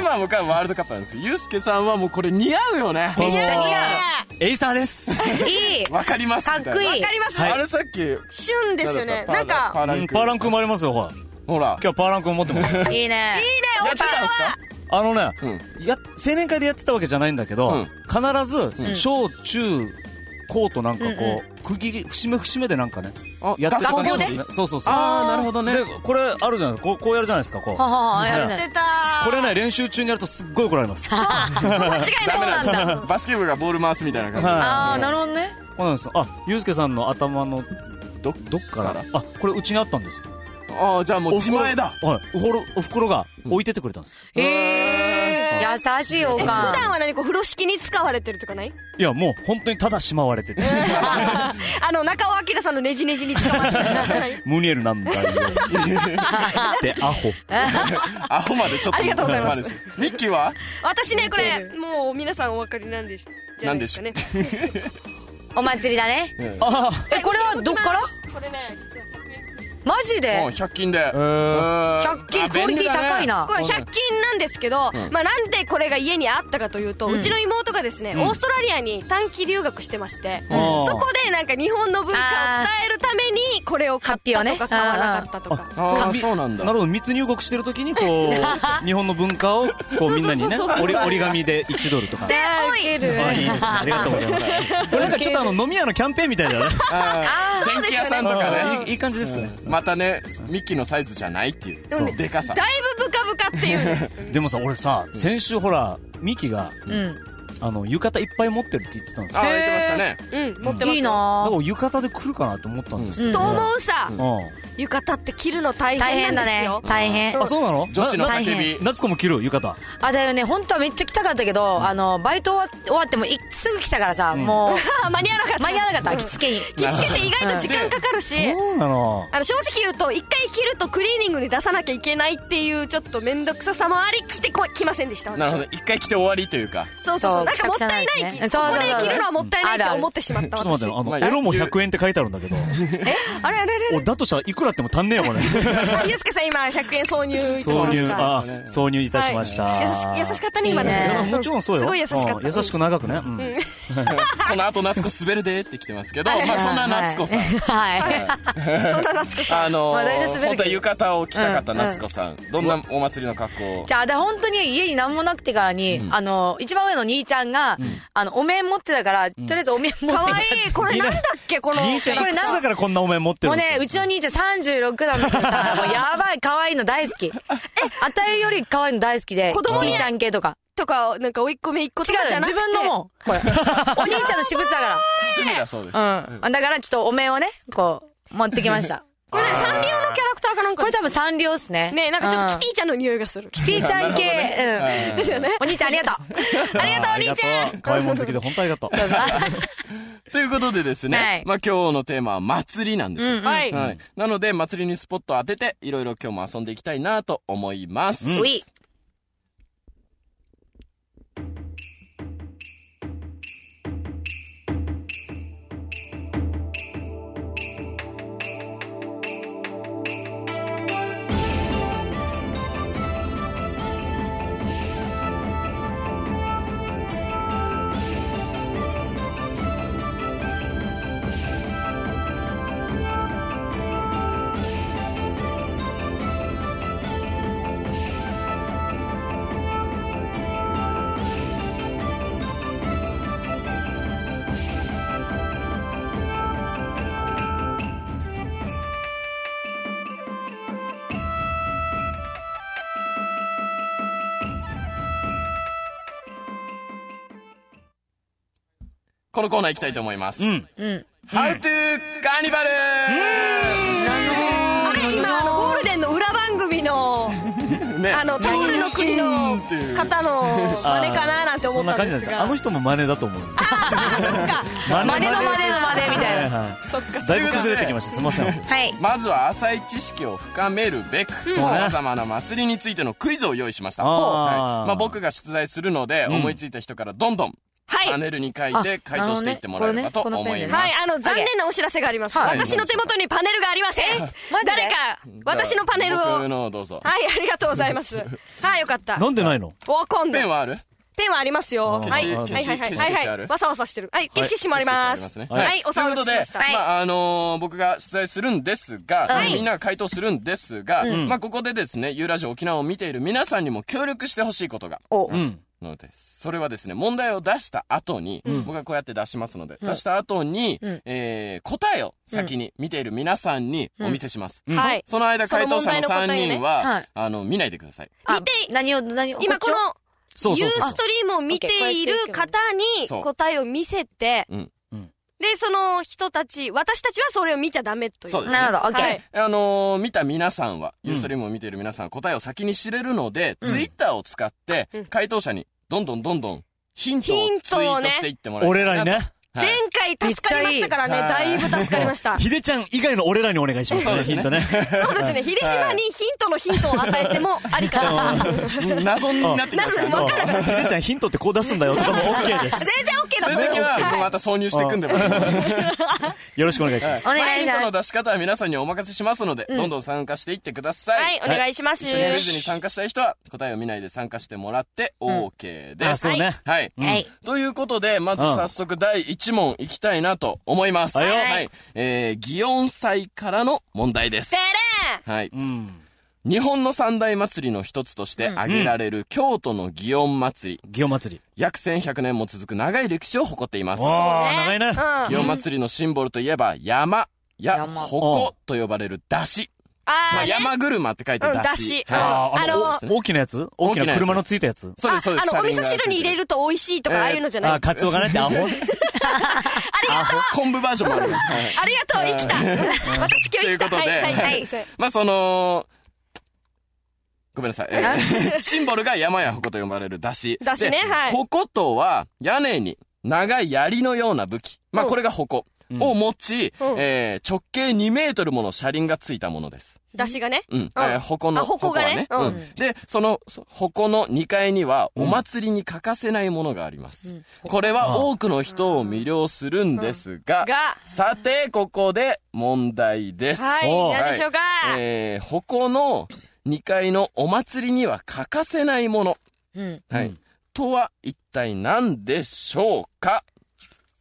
まあ僕はワールドカップなんですけどユースケさんはもうこれ似合うよね
この
めっちゃ似合
エイサーです。
う。いい。
わかります
かっこいい
わかります、
あれさっき
旬ですよねなん
パ
か
ーラン
うん
ク
パーランク生まれますよ、ほら。今
ほら
日はパーランクを持ってま す。
いいね。
いいね
や
沖
ってたんですか
あのね、や青年会でやってたわけじゃないんだけど、
うん
必ず小中高となんかこう、区切り節目節目でなんかね
あ
やってた感じ
学校で
しますねそうそうそう
ああなるほどね
でこれあるじゃないですかこうこうやるじゃないですかこう
はははやる
縄
ね。
出た
これね練習中にやるとすっごい怒られますこ
間違いないなんだ
バスケ部がボール回すみたいな感じ、
はい
あー、なるほどね。
うなんですよあゆうすけさんの頭の
ど
どっから
から
あこれうちにあったんですよ
ああじゃあもう自
おふくろ
前だ
はいおふろおふくろが置いてってくれたんです、
えー。優しいお
え普
か
段は何こう風呂敷に使われてるとかない
いやもう本当にただしまわれてて
あの中尾明さんのねじねじに使われてるじゃない
ムニエルなんだよでアホ
アホまでち ょっと
ありがとうございます
すミッキーは
私ねこれもう皆さんお分かりなんでしじゃないですかね
お祭りだね。
あ
え、これはどっから
これね実は100円
マジで
もう100均で
100
100
均クオリティ高いな
これ100均なんですけど、まあ、なんでこれが家にあったかというと、うちの妹がですね、オーストラリアに短期留学してまして、
あー
そこでなんか日本の文化を伝えるためにこれを買
ハッ
ったと
ピーをね
か買わなかったとか。
ああそうなん
な
だ
るほど密入国してる時にこう 日本の文化をこうみんなにね折り折り紙で1ドルとか
で
あ
おい
あいいです ねありがとうございます これなんかちょっとあの飲み屋のキャンペーンみたいだね
電気屋さんとかね
いいいい感じですね
ままたねミッキーのサイズじゃないっていうそのでかさ
だいぶブカブカっていうね
でもさ、俺さ、先週ほら、ミキが、
うん。
あの、浴衣いっぱい持ってるって言ってたんです
あ
よ。
あ言ってましたね
うん持ってます
いいな
だ
ぁ
から浴衣で来るかなと思ったんですけ
うん
と思うさ、
ど。うん。
浴衣って着るの大
大変
変な
だ
んです
ね
よ。
大変。
あ、そうなの
女子の
な
大
叫
変
び
な夏子も着る浴衣。
あ、だよね、本当はめっちゃ来たかったけど、あの、バイト終わ終わってもいすぐ来たからさ、もう、
あ間に合わなかった
間に合わなかった、着付けに。
着付けって意外と時間かかるし
そうなの。
あの正直言うと一回着るとクリーニングに出さなきゃいけないっていうちょっと面倒くささもあり着てこ来ませんでした私
なるほど一回来て終わりというか
そうそうそうなん
そう
かもったいない
くしゃくしゃなんですねそう
気、ここ
そうそう
で着るのはもったいないって思ってしま っ
ちょ
た
っと
私
待ってよ、あの、
まあ
エロも100円って書いてあるんだけ ど。
あれあれあれ
おだとしたらいくらあっても足んねえよ、これ。
あゆうすけさん今100円挿入いたしまし
挿
た
入、あ、挿入いたしました。
はい優し優しかったね今
いいね
いや
ね
もちろんそうよ。
すごい優しかった
うん優しく長くね。うん
この後夏子滑るでって来てますけど、
はい
まあそんな夏子さん、
はい。はい
そんな夏子さん
あの
まあ大
ー、
体滑るけど
本当は浴衣を着たかった夏子さん、どんなお祭りの格好を
じゃあ、で、本当に家に何もなくてからに、あの、一番上の兄ちゃんが、あの、お面持ってたから、とりあえずお面持って
か
た
わいいこれなんだっけこの
兄ちゃん、い
これ
くつ
な
だからこんなお前持って
もうん
るです
ね、うちの兄ちゃん36なんだけどさ、もうやばい、可愛いの大好き。え、あたいより可愛いの大好きで、
子
キ
供
テ
に
ィちゃん系とか。
とかなんか甥いっ子めいっ子と
違
か
う
じゃ
よ、
なく
自
て
分のもう、これ。 お兄ちゃんの私物だか
趣味だそうです、
ら。うん。だから、ちょっとお面をね、こう、持ってきました。
これねサンリオのキャラクターかなんか
これ多分サンリオっすね。
ねなんかちょっとキテ
ィ。
ィちゃんの匂いがする
キティちゃん系、
ですよね
うん。お兄ちゃんありがとう。
ありがとう
あ
お兄ちゃん
可愛いもん好きで、本当ありがとう。
ということでですね、
はい
まあ今日のテーマは祭りなんですよ、
はい
はい、なので祭りにスポットを当てていろいろ今日も遊んでいきたいなと思います、
うい。
このコーナー行きたいと思います、
うん。
うん。
How to カーニバル
あれ今あのゴールデンの裏番組の
ね
あのタオルの国の方の真似かななんて思
そん
っ
な
た
感
ん
じなんです
です
か。あ
が
の人も真似だと思う。
真
真
似
似
の真似の真似みたい
はい
な
は
そっか
いだいぶ崩れてきました。すみません。本
はい。
まずは浅い知識を深めるべく
うね
様々な祭りについてのクイズを用意しました、
あー
はいまあ、僕が出題するので、思いついた人からどんどん
はい
パネルに書いて
あ
回答していってもらえればと思います、
なるほどねこれねこのペンで
はい、あの、残念なお知らせがあります。
はい
私の手元にパネルがありません。
マジで
誰か、私のパネルを。
僕
はい、
のをどうぞ、
ありがとうございます。はい、よかった。
当なんでないの？
お、今度
ペン。はある
ペンはありますよ。
あー
はい、はい、
消し
はい、はい、
消し
はい、
消しあ
はい
る
わさわさしてる。はい、消し消しもあります。
ね
はいお
というこ
騒が
と
せ
で
しました。
はい
まああのー僕が出題するんですが、
はい
みんなが回答するんですが、まあここでですね、ユーラジオ沖縄を見ている皆さんにも協力してほしいことが。
お、
うん。
のですそれはですね、問題を出した後に、僕がこうやって出しますので、出した後に、
ん
えー答えを先に見ている皆さんにお見せします。
はい。
その間、
その
回答
問
者
題
の
の答えね
3人
は、
はいあの、見ないでください。
あ
見て
何を、何を。
今
っち
こ
を
そう
の、ユ
そ
ー
うそう
ストリームを見ている方
そう
に答えを見せて、
うん
うん
で、その人たち、私たちはそれを見ちゃダメという。
そうですね
なるほど、オッケ
は
ー
い。
あのー見た皆さんは、ユーストリームを見ている皆さんは答えを先に知れるので、ツイッターを使って
うん、
回答者にどんどんどんどんヒントを
ヒン
ツイ
トをね
ートしていってもらえ
俺
た
ら
ら
にね。
はい
前回助かりましたから
め
ね、
っちゃ
だ
いい
いぶ助かりました。
ヒデちゃん以外の俺らにお願いします
そう
ね。
ですね
ヒントね。
そうですね。秀島にヒントのヒントを与えてもありか な。全然
うん謎になってきますから
なぜわから
ヒデちゃんヒントってこう出すんだよとかも OK です。
OK
そう
だ
い
と
う
思
時
う。
は、また挿入していくんでもらえれば
よろしくお願いします。
お願いし
ヒントの
ます。
出し方は皆さんにお任せしますので、どんどん参加していってください。
はい、お願いします。
一緒にクイズに参加したい人は、答えを見ないで参加してもらって OK です。
あ、そうね。
はい。
はい。
ということで、まず
うん
早速第1問いきたいなと思います。
はいよ
はい。えー、祇園祭からの問題です
て。れ
はい。
うん。
日本の三大祭りの一つとして挙げられる京都の祇園祭り。
祇園祭り。
約1100年も続く長い歴史を誇っています。
おー、
ん
長いね。
うん。
祇園祭りのシンボルといえば山。や、
山
ほこと呼ばれる出汁。ま
あ
あ、
ー、
山車って書いて
うん、だ
出汁
し。。
はい
あー、あの、
あの
お大きなやつ大きな車のついたやつ
そうです、そうです。
ああの、お味噌
車輪が
汁に入れると美味しいと
えー
か、ああいうのじゃない。
あー、
あ
カツオがねってアホ。アホ。
昆布バージョンもあるよ。はい
りがとう、生きた。私今日生き た。
ということで
はい、はい、はい。
まあ、その、ごめんなさい。えー シンボルが山や矛と呼ばれる出汁。
出汁ね
で
はい
矛とは屋根に長い槍のような武器。まあ、
うん
これが矛
うん
を持ち、
うん
えー直径2メートルもの車輪がついたものです。
だしがね。
うん。えー矛の、
あ矛がね
矛は
うん
うんで、そのそ矛の2階にはお祭りに欠かせないものがあります。これは多くの人を魅了するんですが、
が、
さて、ここで問題です。
はい、
お
なんでしょうか。
えー、鉾の2階のお祭りには欠かせないもの。
うん。
はい。
うん
とは一体何でしょうか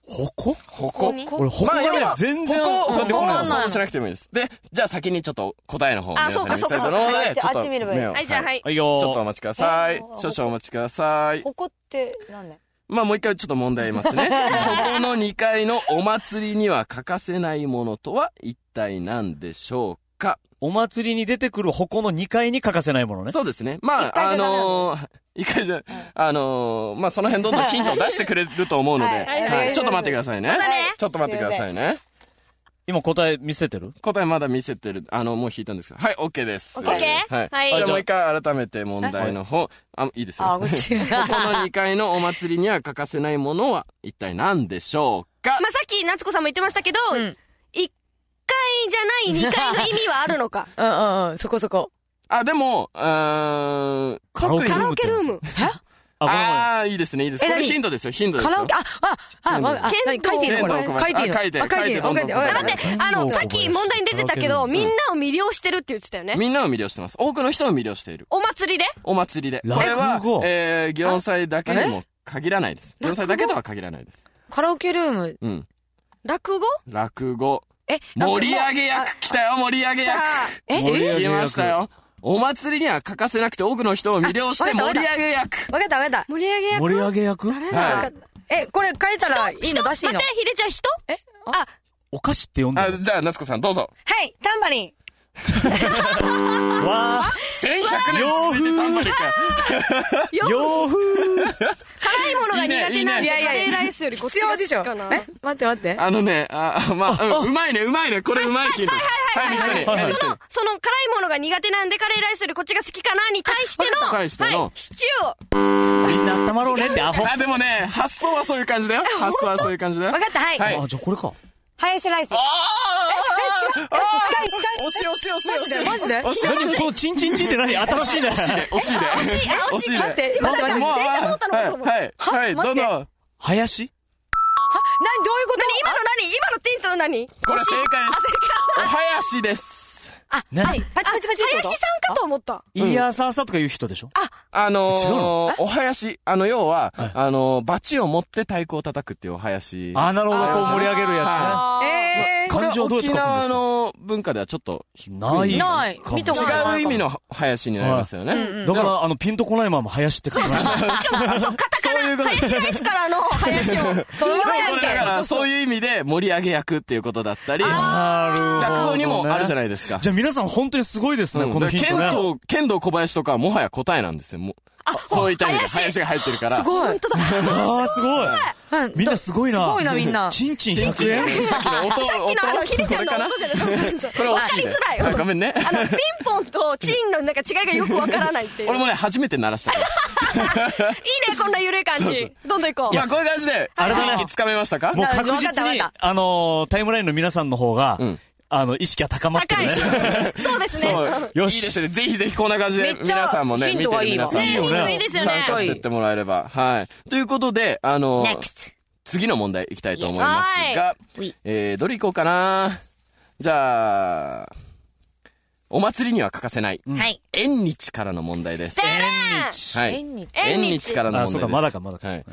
ほこ
鉾。
に
俺、ほ
ま
こ
あ
が
要
ね
は、
全然
鉾
浮かんでこな
う
い
ん。
そうしなくてもいいです。で、じゃあ先にちょっと答えの方を
あ
皆さんに
そうか
お伝えする
そう
の
か
で、
じゃあ
ちょ
あっち見ればいい
目を
はい、じゃあ、はい。
はいよ
ちょっとお
ー。
待ちくださ
え
い。
ー
少々お待ちください。
ここって何ね
まあもう一回ちょっと問題言いますね。鉾の2階のお祭りには欠かせないものとは一体何でしょうか
お祭りに出てくるほこの2階に欠かせないものね。
そうですね。まあ、あ
一回じゃダメな
のー、一回じゃ、あのー、まあ、その辺どん どんヒントを出してくれると思うので、
はい
はい
はいちょっと待ってくださいね。
だね
ちょっと待ってくださいね。
今答え見せてる
答えまだ見せてる、あの、もう引いたんですけど、はい、OK です。
オッケー
はい。じ
はい
ゃあもう一回改めて問題の方、あ、いいですよ。
あ、こっ ち。
ここの2階のお祭りには欠かせないものは一体何でしょうか
まあ、さっき、夏子さんも言ってましたけど、一
ん
1階じゃない2階の意味はあるのか。
うんうんうん、そこそこ。
あ、でも、うーん、
カラオ
特に
ケ
カラオケルーム。
あ、ごめんごめん
あー、いいですね、いいです。
え
これ
何
ヒントですよ、ヒントです
カ
よ。
ラオケ、あ、あ、あ、まあ、あ何書いていいのこれ。
剣道
書いていいの
あ書いて
あ書いていいの
書いてどんどん
書いていい
答
の
えて
あ待って、あの、さっき問題に出てたけど、
うん
みんなを魅了してるって言ってたよね。
みんなを魅了してます。多くの人を魅了している。
お祭りで
お祭りで。
落
こ
語
れは、えー、祇園祭だけにも限らないです。
あ
祇園祭だけとは限らないです。
カラオケルーム。
うん。
落語
落語。
え、なんか
盛り上げ
もう
役来たよ、盛り上げ役
あえ
盛り上げ
来
役
ましたよ。お祭りには欠かせなくて多くの人を魅了して
あわか
盛
った
り上げ役。
わかったわかった。
盛り上げ役
盛り上げ役
誰
は
だ
い
え、これ変えたらいい
人
の出していいの
待って、ひでちゃん人
え
あ、
お菓子って呼んで
あ、
る
じゃあ、夏子さんどうぞ。
はい、タンバリン。
わあ
1100年続いてたんだ
洋風
辛いもの
い
が苦手なん
いねいいね
で、カレーライスよりこっ
必
ち
要
が
で
好
しょ。
き
え
かな。、
待って待って。
あのね、あ、まあ、うんうまいね、うまいね。これうまいヒントです。はい、水
はい
谷。
は
は
い
い
その、その辛いものが苦手なんで、カレーライスよりこっちが好きかなに対しての、
あ対しての
はい、シチューを。
みんな温まろうねってアホ
あ、でもね、発想はそういう感じだよ。発想はそういう感じだよ。
わかった、はい。
はい
あじゃあこれか
林ライス。え、
あ
え、違う。え近い
惜しい惜しい惜しい惜しい
近い。マジでマ
惜し
ジ
い
で
何このチンチンチンって何新しいね
惜しいで惜しいで
待って、待って、待って。
もう
何どういう
はい
車通ったのかと思った
はいはい
は
どんどん
林
こと
何今の何今のテントの何
これ正解ですお
あ
はやしです
ね
はい、パチパチパチってこと
林さんかと思った。
いやさあさあとか言う人でしょ
あの
違うの
ーおはやしあの要はあのーバチを持って太鼓を叩くっていうおはやし
あなるほどこう
あー
盛り上げるや
あー
え
つね
これ
漢
は
字をどうやって
沖
書くんで
縄
すか
の文化ではちょっと低
ない
違
ない見たことな
う意味のおはやしになりますよね
だからあのピンとこないまま林って書き ました
しかも、そう、カタカナ、林ライスからの林を。そう、
だからそういう意味で盛り上げ役っていうことだったり
なるほどね
落語にもあるじゃないですか
じゃあ皆さん本当にすごいですね
うん
このヒントね
だから剣道、剣道小林とかはもはや答えなんですよ。もうそういった意味で、林が入ってるから。
すごい。
ああすごい
うん
みんなすごいな
すごいな、みんな。
チンチン100円
さっきの音、音、
あの、ひでちゃんの音じゃない。
これ惜しいね
わかりづらい
ごめんね。
あの、ピンポンとチンのなんか違いがよくわからないっていう。い い
俺
ね、
もね、初めて鳴らしたから。
こんな緩い感
そうそ
じ。どんどん行こ。
いうや、こういう感じで、
あれだな
雰囲気つかめましたか
もう
だから
確
わか
実
った
に
わかっ、
あのータイムラインの皆さんの方が、
ん
あの、意識は高まって
高
る
い
ね
し。。 そうですね。
そう。
よ
いい
し
ですね。ぜひぜひこんな感じで、
めっちゃ
皆さんもね、
ヒン
見
ト
て
が
る
いいわ
皆さん
ね
いいよ
も
ね
いいですよね
参。加してってもらえれば。はい。ということで、あの、
NEXT。
次の問題いきたいと思いますが
はい We、
えー、どれいこうかなじゃあ、お祭りには欠かせない、
はい。
縁日からの問題です。
縁日
はい。
縁日
縁日からの問題です。
あそうかまだかまだか
はい。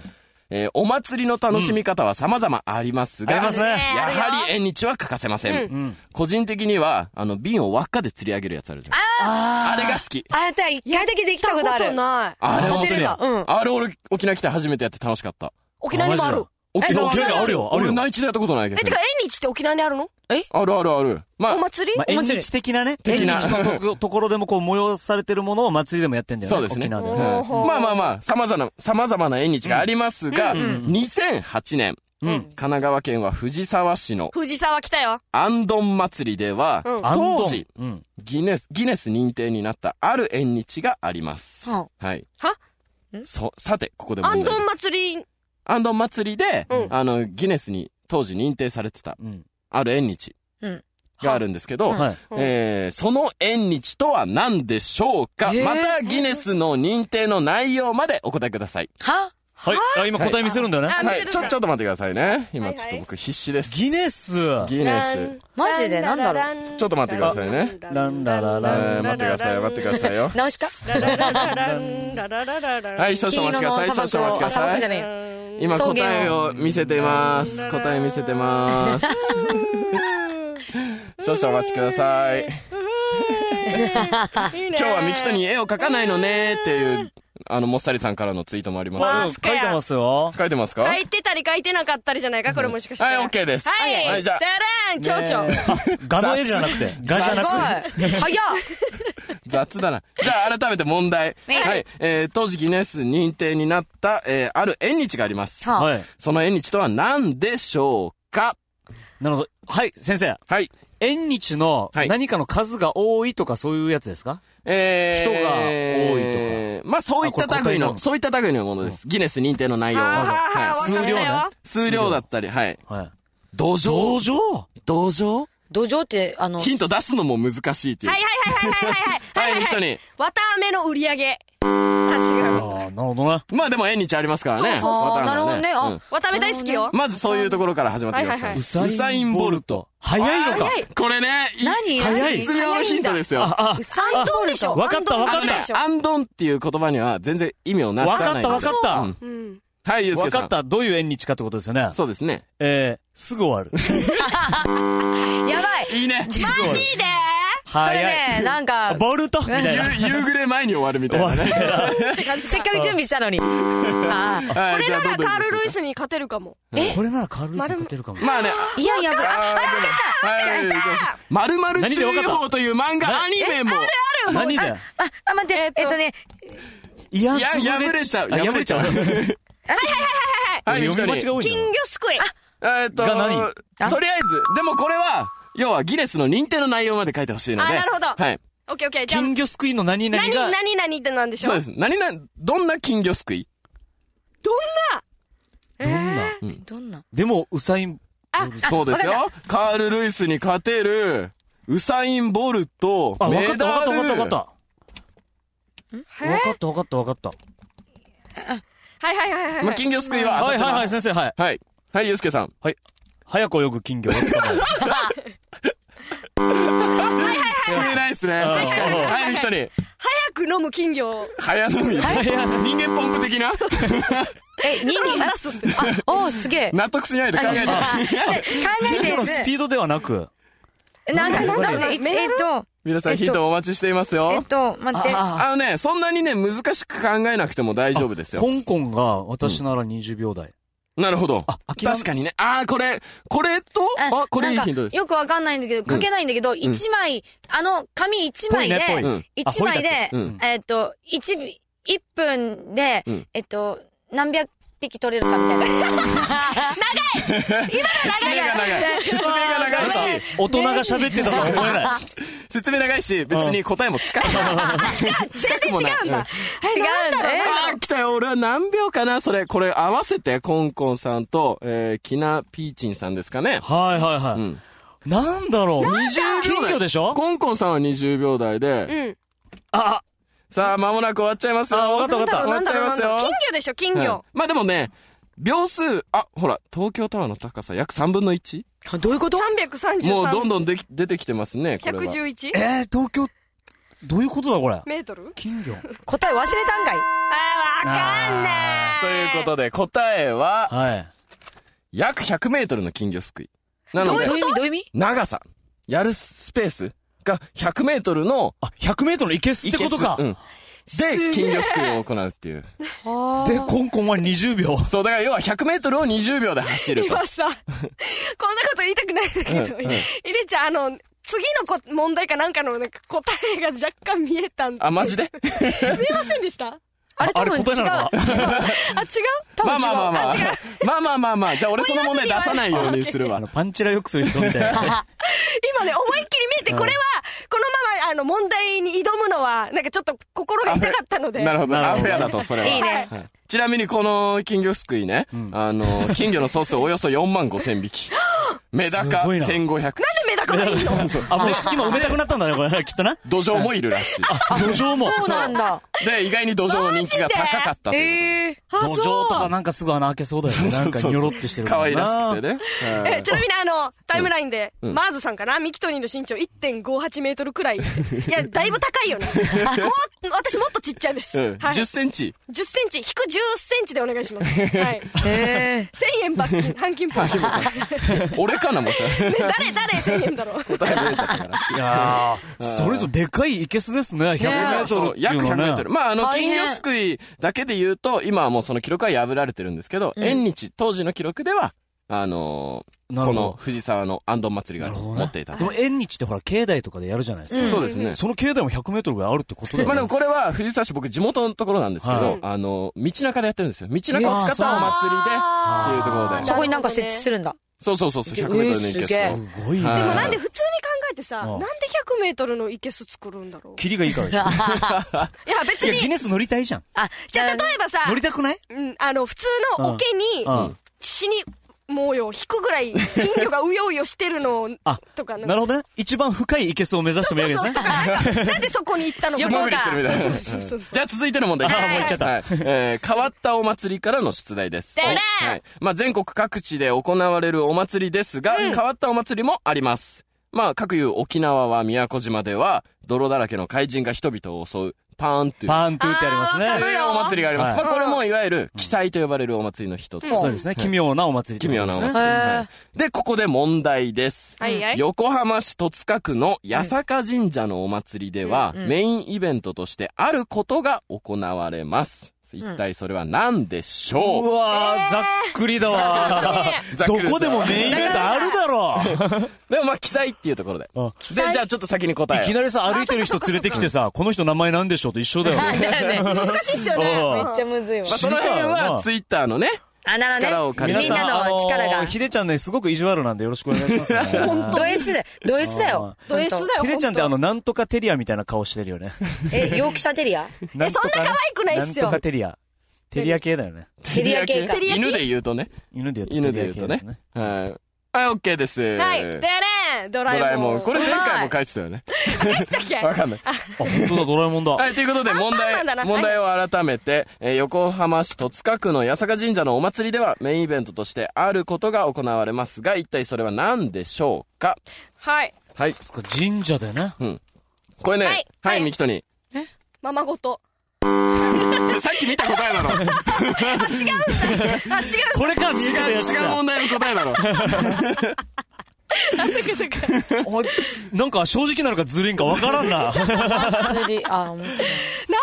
えーお祭りの楽しみ方は様々ありますが、
ありますね
やはり縁日は欠かせません。個人的には、あの、瓶を輪っかで釣り上げるやつあるじゃん。あれが好き。
あなた、一回だけできたことあ
こと
る。
ない。
あれ
あ
面
本当
白
に
い。
うん
あれ俺、沖縄来て初めてやって楽しかった。
沖縄にもある。
沖縄
沖縄あるよあるよ
俺内地でやったことないけど
え、てか、縁日って沖縄にあるの
あるあるあるまあ
お祭り
まあ、縁日的なね、縁
的
日
な
のとこところでもこう催されてるものを祭りでもやってんだよね。
そうですね
沖縄で。
お
まあまあまあ、様々な、様々な縁日がありますが、2008年、神奈川県は藤沢市の
藤沢来たよ。
アンドン祭りでは、
うん
アンドン
当時、
うん。
ギネス、ギネス認定になったある縁日があります。
は
はい。
は
そ、さて、ここで問
ア
題
ン
です。
ドン祭り、
アンドン祭りで、
うん
あの、ギネスに当時認定されてた、
うん。
ある縁日
うん
があるんですけど、
はい。
えーその縁日とは何でしょうか、
えー
またギネスの認定の内容までお答えください。
は
はい。あ、今答え見せるんだよね。
あ
は
見せる
い、
ん
ち
だ
ょ、ちょっと待ってくださいね。今
はいは
ち
い
ょっと僕必死です。
ギネス。
ギネ
マジでなんだろ
ろ
ちょっと待ってくださいね。
ランララ
ス。え
ラ
ー、待ってください、待ってくださいよ
う。。ナウシカ
はい、少々お待ちください、少々お待ちくだ
あ砂
さ
漠じゃね
い。
えよ。
今答えを見せています。答え見せてます。少々お待ちください。今日はミキトに絵を描かないのねっていう、あの、もっさりさんからのツイートもあります。
うん書いてますよ。
書いてますか
書いてたり書いてなかったりじゃないかこれもしかして。
はい、OK です。
はい、
はい、じゃあ
ダ。ラン蝶々
ねえ
画の絵じゃなくて、画じゃ
す
なくて。
ごい早っ
雑だな。じゃあ、改めて問題。
はい
はい。えー、当時ギネス認定になった、えー、ある縁日があります。
はあ
はい。
その縁日とは何でしょうか
なるほど。はい、先生。
はい。
縁日の
はい
何かの数が多いとかそういうやつですか
えー、
人が多
いとか。まあ、そういっ
あこれ
た類
答えな
の、
の
そういった類のものです。ギネス認定の内容は。
あ
はい。
数
ー
量ね
わかんないよ
数量だったり、はい。
はい。
土
道
壌。
場
土壌
土壌ってあの
ヒント出すのも難しいっていう。
はいはいはいはいはいはい。
はいミキトに
綿飴の売り上げ。あ、違う。
ああ、なるほどね。
まあでも縁日ありますからね。
そうそうそう
わたら
なるほどね
綿飴大好きよ
うん。まずそういうところから始まってくださ。
はいはいはいい
ウサイン・ボルト。早いのか
早い。
これね、い
何
早い
絶妙のヒントですよ。
あ、
アンドンでしょ。
わかったわ
あ
か
の
った
ね
でし、ょ
アンドンっていう言葉には全然意味をな
あ、
さ
わ
ない
かったわかっ
う
た
ん。
うん。
はい、ゆうす
わ
けさん。
かった。どういう縁日かってことですよね。
そうですね。
えー、すぐ終 わる。
やばい
いいね。
マジで
そ
早
れ
い。
ねなんか
ボルトみたいな。
夕夕暮れ前に終わるみたいなね。
せっかく準備したのにああ
は
こ
い、
れ
じゃあど
なら
んどん行
カール・
きま
ル
しょ
イスに勝てるかも。
これならカールさん勝てるかも
う。。まあね。
いややばいあ
あー、でもはい、まるまる
何で
注
わかっ
意
た
報という漫画、アニメも。
何だよ。
ああ待ってえっとね
いや
いや、破れちゃう。
破れちゃう。
はい、ゆうす
読み間
け
違
さん
多い
金魚すくい。
えーっと、
が何
あ
とりあえず、でもこれは、要はギネスの認定の内容まで書いてほしいので。
あなるほど
はい。
オッケーオッケー。じゃあ、
金魚すくいの何々
何、
が、
何、何ってなんでしょ
そうです。何な、どんな金魚すくい
どんな
どんな。
どんな
でも、ウサイン、
そうですよ。カール・ルイスに勝てる、ウサイン・ボルト、
あ、わか
メ
ったわ
ダ
かった
ル。
わかったわかった。わかったわかったわかった。
はいはいはいはい
ま
は
あ、
い。
金魚すくいは当
は
たっ
い
て
はいは
ま
い、
す。
先生、はい。
はい。はい、ゆうすけさん。
はい。早く泳ぐ 金魚を捕まえる。
すくえないっすね。
はい
確かにはい、ミキトリ。
早く飲む金魚。
早飲み。人間ポンプ的な
え人間あおーすげえ
納得しないで考えて。
考え
金
て
魚のスピードではなく、
なんか
なんだ
なんだえっとえっと
皆さん、ヒントお待ちしています
えっ
よ。
と待って
あ
あのね、そんなにね、難しく考えなくても大丈夫ですよ
コ。ンコンが私なら20秒台。
なるほど。
あ諦め
確かにね。ああ、これ、これと、あ、これいい
なんか
ヒントです。
よくわかんないんだけど、書けないんだけど、一枚、あの、紙一枚で
ぽいねぽい
うん、
一枚で
あほいだっ、
えっと、一び、一分で
ん、
えっと、何百匹取れるかみたいな。
説明が長い。説明が長いし、
大人が喋ってたとは思えない。
説明長いし、別に答えも近い。近くもない。うんあ
違うんだよ。
ー、来たよ。俺は何秒かなそれ、これ合わせて、コンコンさんと、えー、キナピーチンさんですかね。
はいはいは
ん
い。なんだろう
20秒
金
台
魚でしょ
コンコンさんは20秒台で。
うん。
あ、
さあ、間もなく終わっちゃいますよ。
あわかった
な
わ
んだろう、
終わっちゃいま
なんだろう、なん
す
だろう。
よ
金。魚でしょ、金
はい
魚。
まあでもね、秒数、あ、ほら、東京タワーの高さ約3分の 1?
どういうこと333
もうどんどんでき出てきてますね、これは。
111
えー、東京、どういうことだこれ。
メートル
金魚。
答え忘れたんかい。
あーわかんない
ということで、答えは、
はい。
約100メートルの金魚すくい。な
ど
の
うい
で
う、意味どういう意味
長さ、やるスペースが100メートルの
あ、100メートルの生けすっ
い
て
け
こ
す
とか。
うん。で、金魚すくいを行うっていう。
で、コンコンは20秒。
そう、だから要は100メートルを20秒で走ると。
今さ、こんなこと言いたくないんだけど、
うんうん
イレちゃん、あの、次のこ問題かなんかのなんか答えが若干見えたんで。
あ、マジで
見えませんでした
あれ多分違う。
答えなのか
あ、違う
多
ま
分
あ
違
ま
う。
あまあまあ。まあまあまあまあ。じゃあ俺その問題出さないようにする
あ
わ
の、。パンチラよくする 人みたいな。
今ね、思いっきり見えて、これは、このまま、あの、問題に挑むのは、なんかちょっと心が痛かったので。
なるほど。
なる
ア
ほど
ンフェアだと、それは。
いいね
は。ちなみにこの金魚すくいね、あの、金魚の総数およそ4万5千匹。メダカ
すごいな
1500。
メダカがいいの
あ、もう隙間埋めたくなったんだね、これ。 きっとな。
土壌もいるらしい。
土壌も。
そうなんだ。
で、意外に土壌の人気が高かったという
ええ
あ
土壌とか
そう
なんかすぐ穴開けそうだよね。なんかニョロってして
こと
る
で。
か
可
らな。
愛らしくてね。はい
えちなみにあの、タイムラインで、
ん
マーズさんかな、ミキトニーの身長1.58メートルくらい。いや、だいぶ高いよね。もう私もっとちっちゃいです。
うん
は
10
い、10セ
センチ。
ンチ、引く10センチでお願いします。はい。
ー。え
1000円罰金、半金ポイント。 ね、
俺かな、もしかしたら。
誰、誰1000円だろう。
答え出 れちゃったから。
いやーそれとでかいいけすですね。100メートル
そ
っ
う
ていう
約100
のはね。
メートル。まあ、あの、
大
金
変
魚すくいだけで言うと、今はもうその記録は破られてるんですけど、縁日、当時の記録では、あのー
なる
こ
ほど
の藤沢の安藤祭りが
なるほどね
持っていた
で
と。
も縁日ってほら、境内とかでやるじゃないですか。
そうですね。
その境内も100メートルぐらいあるってことだよね。
まあでもこれは藤沢市僕地元のところなんですけど、
はい
あの、道中でやってるんですよ。道中を使ったお祭りで、っていうところで
ー。そこになんか設置するんだ。
そうそうそうそう、100メートルの
えー
池
すげえ
すごいね。
はい
でもなんで普通に考えてさ、
う
なんんで100メートルのいけす作るんだろ
キリがいいからでしょ。
う。いや、別
いや、ギ
に、
ネス乗りたいじゃん。
あ、
じゃあ例えばさ、
乗りたくない
うん、あの、普通の桶に、
うんうん
死に、もうよ、引くぐらい、金魚がうようよしてるの
あ、
とかなんか
なるほどね。一番深いいけすを目指してもいいわけですね。
なんでそこに行ったのか
素潜りするみたいな。
そうそうそう
じゃあ続いての問題。
あーもう行っちゃった
はいえー変わったお祭りからの出題です。
だら
はいはいまあ全国各地で行われるお祭りですが、変わったお祭りもあります。まあ、各有沖縄は宮古島では、泥だらけの怪人が人々を襲う、パーンという。
パーントゥーってあります
あーわ
と
か
ね。
い
る
うお祭りがあります。
はい
まあ、これもいわゆる、奇祭と呼ばれるお祭りの一つ。
そうですね。奇妙なお祭りって
奇
こ
妙
と
なお
ですね。
祭り。はいで、ここで問題です。
はいはい
横浜市戸塚区の八坂神社のお祭りでは、メインイベントとしてあることが行われます。一体それは何でし
う
ょう、
わー、ざっくりだわ
ざっくり
ど
です
こでもメインイベントあるだろ
でもまあ、記載っていうところで。
あ
で、じゃあちょっと先に答え
い
を。
きなりさ、歩いてる人連れてきてさ、この人名前なんでしょうと一緒だよね。
難しいっすよ
ね
ね。
め
め
っ
っちゃむずいわ
まあ、。その辺
ま
は
あ
ツイッターのね、
あ、なる
力
ほ
を
ど
借
ね。
り
みんなの力
あ
が
ー。ひでちゃんね、すごく意地悪なんでよろしくお願いしますね。
ド S だよ。ド S だよ。
ド S だよ。
ひでちゃんってあ
本
の、なんとかテリアみたいな顔してるよ ね。
え、ヨークシャテリア
え、
そんな可愛くないっすよ
なんとかテリア。テリア系だよね。
テリア系か。
リア系
犬で言うとね。
犬で言うと
犬
テ
で
リ
言
ア
う
系
と
で
ね
すね。。
はい。はい、OK です。
当はい。で
ド
れん、ドラ
ラ
え
え
も
も
ん。
ん。これ前回も書いてたよね。
だっけ
わかんない。
あ、本当だ、ドラえもんだ。
はい、ということで問
パ
題
ンなんだ、な
問題を改めて、えー横浜市戸塚区の八坂神社のお祭りではメインイベントとしてあることが行われますが、一体それは何でしょうか
はい。
はい。
そっか神社でね。
これね、
は
はいい、
はい
ミキトニ
ままごと。
ー。さっき見た答えだろ。違
あ、違う。
これか、神社でや
う、
って
違う
た
問題の答 えだろ。
おなんか正直なのかずるいんかわから んな。
釣りあ、面白い。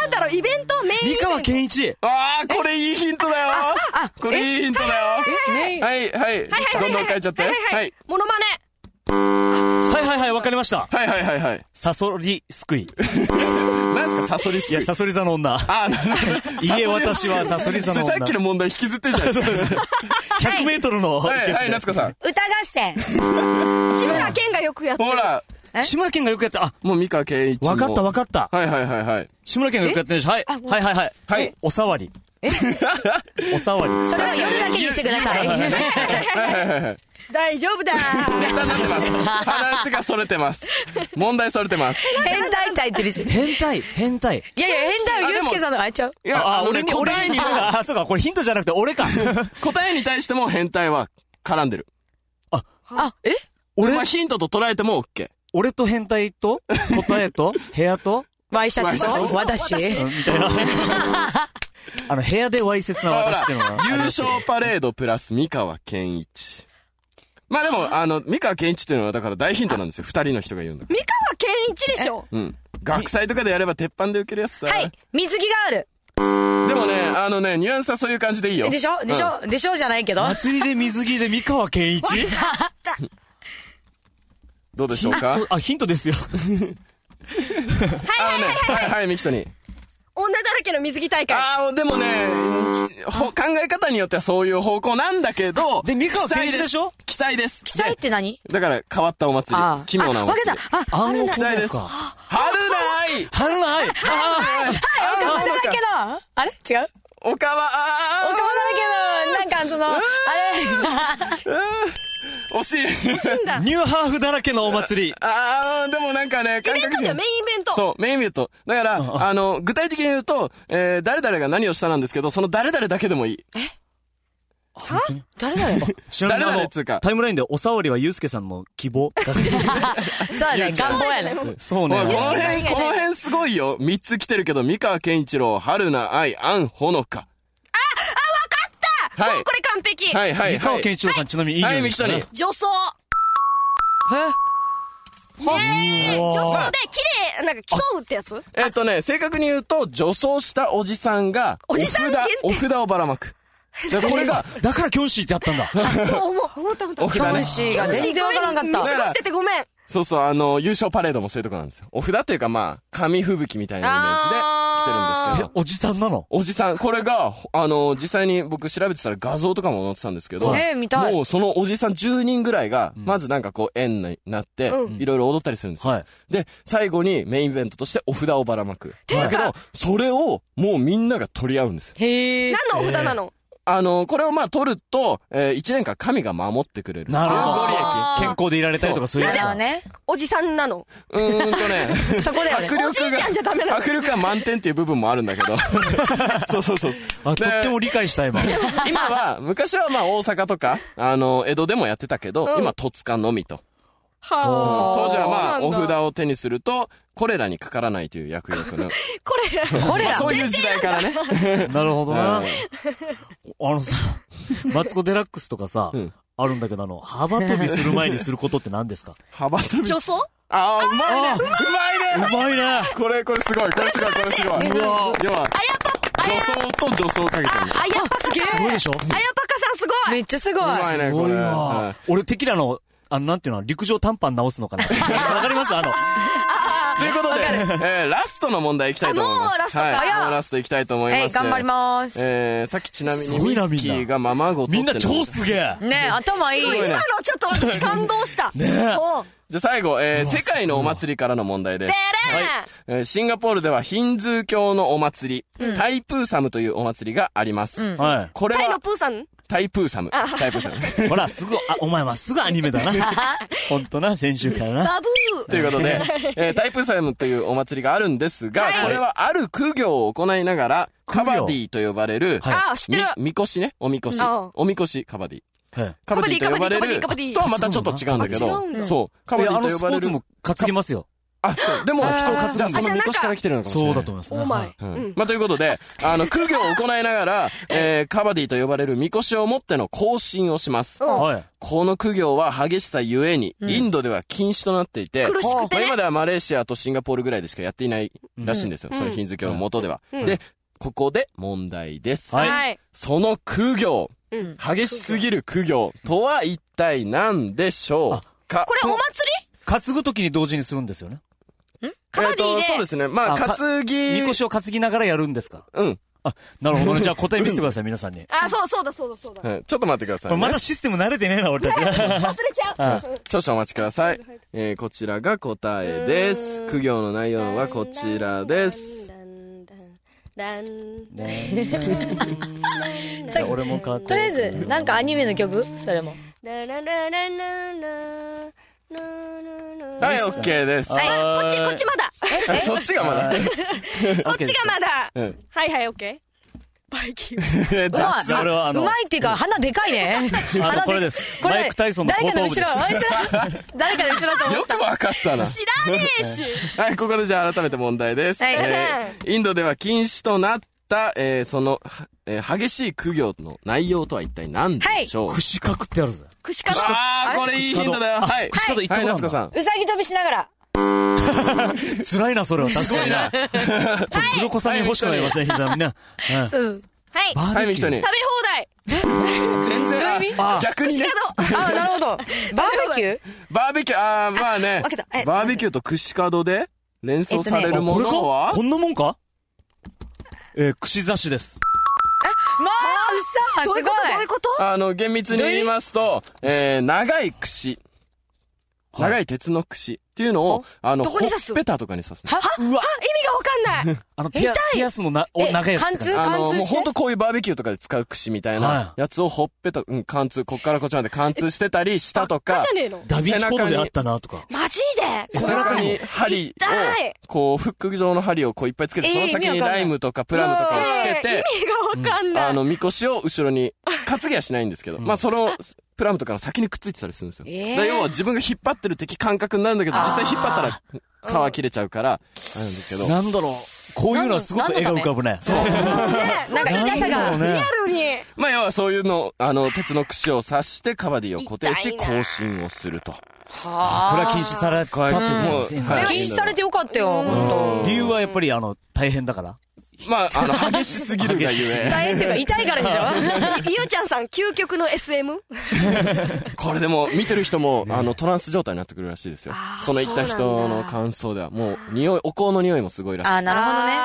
なんだろう、イベントメイン
三
イベント。
河健一。
あー、これいいヒントだよ。これいいヒントだよ。
メイン
はい、はい。どんどん変えちゃって。
は
はい
はいはい
い。。
モノマネ。
はいはいはい、わかりました。
はいはいはいはい。
サソリすくい。
何すか、サソリス
いや、サソリ座の女。
あー、なるほど
いいえ、私はサソリ座
それ
の
さ
女。
っきの問題引きずってるじゃないですか。
100メートルの。
はい、はい、夏子さん。
歌合戦。
志村けんがよくやってる。
ほら、
え
志村けんがよくやって、あ、
もう三河健一も。
わかったわかった。
はいはいはいはい。
志村けんがよくやってるでしょ。はい。はいはいはい。
はい。
おさわり。おさわり。
それは夜だけにしてください。
大丈夫だ。
ネタになってます。話がそれてます。問題それてます。
変態って言ってるし。
変態、変態。
いやいや、変態はユースケさんの方が開いちゃう。
いや、あ
あ、
のね
俺に、俺
答え
に
にも、
あ、そうか、これヒントじゃなくて俺か。
答えに対しても変態は絡んでる。
あ、え
俺はヒントと捉えても OK。
俺と変態と、答えと、部屋と、
ワイシャツでし
ワイシャ
ょ
ツ
私。
うんみ たいな。あの、部屋でわいせつな
ほら
私っていうのは。
優勝パレードプラス三河健一。まあでも、あの、三河健一っていうのはだから大ヒントなんですよ。二人の人が言うんだから。
三河健一でしょ
うん。学祭とかでやれば鉄板で受けるやつさ。
はい。水着ガー
でもね、あのね、ニュアンスはそういう感じでいいよ。
ル。でしょでしょ、でしょじゃないけど。
祭りで水着で三河健一
どうでし
ヒ
ょう
ン
か
ト、あ、ヒントですよ。
あのね、はいはい、ミキトに。
女だらけの水着大会
ああ、でもね、ほ考え方によってはそういう方向なんだけど。
で三河健一でしょ
記載です。記
記載って何
だから変わったお祭
あ
り。
あ。
奇妙な
あ
お
分
祭
け
り。
た。あ、
暗
記載です。
か。
春ない
春の愛あ
はい、
岡だらけど。あれ違う
おかわ、
岡
あ
だらけど、なんかその、あ
ー惜しい。
ーニューハーフだらけのお祭 り。
ああ、でもなんかね、感
イベント
覚
じゃんメインイベント
そう、メインイベント。だから、あの、具体的に言うと、えー、誰々が何をしたなんですけど、その誰々だけでもいい。
本当に
れ誰だよ。
ちなみにあ
誰々
の、
っつうか
タイムラインでおさわりはゆうすけさんの希 望だ
そうだね、願望やね。
そう
ほらこの
ね。
辺、この辺すごいよ。3つ来てるけど、三河健一郎、春菜愛、杏ほのか。あ、あ、わかったはい
もうこれ完璧、
はいはい
三
は
河
い。
健一郎さん、ちなみにいい匂
はいい、
で
ミ
し
キ
た
ト
ね
に。
女装
うわー
女装で綺麗なんか競うってやつ
えっとね、正確に言うと、女装したおじさんが、お
おじ
札
さん限定、
お札をばらまく。でこれが、
だからキョンシーってあったんだ。
そう思う思った思った
お札
キョ
ね
ン。シーが全然わからんかっ
見
だ
た。
から
過ごしててごめん
そうそう、あの、優勝パレードもそういうとこなんですよ。お札っていうか、まあ、紙吹雪みたいなイメージで来てるんですけ
で
ど。、
おじさんなの
おじさん、これが、あの、実際に僕調べてたら画像とかも載ってたんですけど、
えー見たい
もうそのおじさん10人ぐらいが、まずなんかこう円になって、いろいろ踊ったりするんですよ、
はい
で、最後にメインイベントとしてお札をばらまく。
いう
だ
か
けど、それをもうみんなが取り合うんですよ。
へえ。
何のお札なの、
あの、これをまあ取ると、え1年間神が守ってくれる。
なるほど
ご利
あ
健康でいられたりとかそういう
だ
やつ
から
だ。
ね。
おじさんなの
益。うーんとね。
そこだよね
迫。力が
おじいちゃんじゃダメなの
迫力が満点っていう部分もあるんだ けどそうそうそう
あとっても理解した、今。
今は昔はまあ大阪とかあの江戸でもやってたけど、今戸塚のみと
はあ
当時はまあ
そう
お
なんだ
札を手にするとこれらにかからないという役 力の
これ
これ
まあ
ら。
そういう時代からね
なるほどな
うん。
あのさ、マツコ・デラックスとかさ、
ん
あるんだけど、あの、幅跳びする前にすることって何ですか
幅跳び
女装
ああうまいね
あー
うまいうね
まいね
これこれすごいこれすごいこれすごい
え何
要は女装と女装をかけてる。
あやぱかさん
すごいでしょ
あやぱかさんすご
め
い
っちゃすごいう
まいね
す
こ
ごい
れ
わ。俺、テキラの、あの、なんていうの、陸上短パン直すのかなわかりますあの、
うんということで、えーラストの問題いきたいと思います
あもうラストか
はい、
早っ
もうラストいきたいと思い
え
ま
い、
す
頑張ります。
えー、さっきちなみ
す
に
ご
ミ
いな
ッキ
みん
ー
な
がままごと
みんな超すげえ
ねえ、頭いい。
ごい
今
ね
のちょっと私感動したね
え
もう
じゃあ最後、えー、世界のお祭りからの問題です
ベ。レン、
えーシンガポールではヒンズー教のお祭り、タイプーサムというお祭りがあります。
は
これ
タイの
は
プーさん
タイプーサム。タイプーサム。
い。ほら、すぐ、あ、お前はすぐアニメだな。ほんとな、先週からな。
バブー
ということで、えータイプーサムというお祭りがあるんですが、これはある苦行を行いながら、カ
苦行
バディと呼ばれる、
はい
ああ知ってる
み、みこしね、おみこし
ああ。
おみこし、カバディ。
はい。
カバディと呼ばれる、
カバディカバディカバディ
とはまたちょっと違うんだけ
あ
ど
違うん、だ
そう、カバ
い
デ
や、あ
ィ
の
と
ス
呼ば
ポ
れ
ーツ
る。
も担ぎますよ。
あ、そう。でも、
あー
人を担ぐ。じゃあ、そ
あじ
のみ
ゃあなんか
こしから来てるのかもしれな
そ
いう
だ。と思いますね。
お前
はい、
うんまあ、ということで、あの、苦行を行いながら、えー、カバディと呼ばれる神輿を持っての行進をします。
はい。
この苦行は激しさゆえに、インドでは禁止となっていて、
苦しくて
まあ、
ね
今ではマレーシアとシンガポールぐらいでしかやっていないらしいんですよ。そのヒンズー教の元では。で、ここで問題です。
はい
はい
その苦行、
うん
激しすぎる苦行とは一体何でしょうか
これお祭り
担ぐときに同時にするんですよね。
カバディ
えーとそう
で
ですね。まあ、
あか
担ぎ、
みこしを担ぎながらやるんですか
うん。
あ、なるほどね。じゃあ答え見せてください、皆さんに。
あそうそうだそうだそうだ
はいちょっと待ってください、
これ
ね。
まだシステム慣れてねえな、俺たち。
忘れちゃう
少々お待ちください。えー、こちらが答えです。苦行の内容はこちらです。
じゃあ俺も書こう。
とりあえず、なんかアニメの曲それも。
はい、OK です。
はい
あこっちこっちまだ
あそっちがまだ。
こっちがまだ
うん
はいはいオッケーバイキン
え
うまい。
じゃあ俺はあの
うまいっていうか、鼻でかい ね。
の
鼻
これです
これ
マイクタイソンの後頭部です
誰かの後ろ。後ろ誰かの後ろと思
よ
っ
くわかったな。
知らねえし
はい、ここでじゃあ改めて問題です。
はい
えーインドでは禁止となった、えーその、はえー激しい苦行の内容とは一体何でしょう、
串角ってあるぜ。
串カツ
あ
あ
ー
れ
これいいヒントだよはい
串角行った
はい
こ
夏
とあるんだ
子さん
うさぎ飛びしながら。
辛いな、それは確かにな。これ、グロコさんに欲しくなりません、膝みんな。うん
うん。
はい食
バ
はい
ーベ
ミ
キ
キト
ュー。
ニー
べ放題
全然
どういう意味
あ逆にね
ああ、なるほど。バーベキュー
バーベキューあーまあね
あ分けたえ
バーベキューと串角で連想されるもの
あ
は
これかこんなもんかえー、串刺しです。
まあ、うさ
どういうことどういうこと
あの厳密に言いますとえー長い串
い
長い鉄の串っていうのをあの
ど
ほっ
こに刺す
ぺたとかに刺すの
うわ
意味がわかんない
あの、ピアピアスのな、お、長いやつっ
貫
て感じ
通
あの
貫
もう
通して
ほんとこういうバーベキューとかで使う串みたい
は
なやつをほっぺた、うん、貫通こっからこっちまで貫通してたりしたとか
じゃねえ の
ダヴィンチコード
背
で
中に
あったな、とか。
マジで
背中に針を
痛い
こうフック状の針をこういっぱいつけて、
えー
その先にライムとかプラムとかをつけて、
意味がわかんない
あのみこしを後ろに担ぎはしないんですけど、まあそのプラムとかの先にくっついてたりするんですよ、
えー
だから要は自分が引っ張ってる的感覚になるんだけど実際引っ張ったら皮切れちゃうからあるんですけど
なんだろう。こういうのはすごく絵が浮かぶね。そう。
なんか痛さ
な
が。
んだろうね。
リアルに
まあ要はそういうのあの鉄の串を刺してカバディを固定し
痛いな
更新をすると
これ
は
は禁止されたってことですね
うん。は
あ。
い
禁止されてよかったよ、ほんと。
理由はやっぱり、あの、大変だから。
まああの激しすぎるがゆえ
大変っていうか、痛いからでしょ
ゆうちゃんさん究極の SM?
これでも見てる人もあのトランス状態になってくるらしいですよその行った人の感想ではもう匂いお香の匂いもすごいらしい
あー、なるほどね。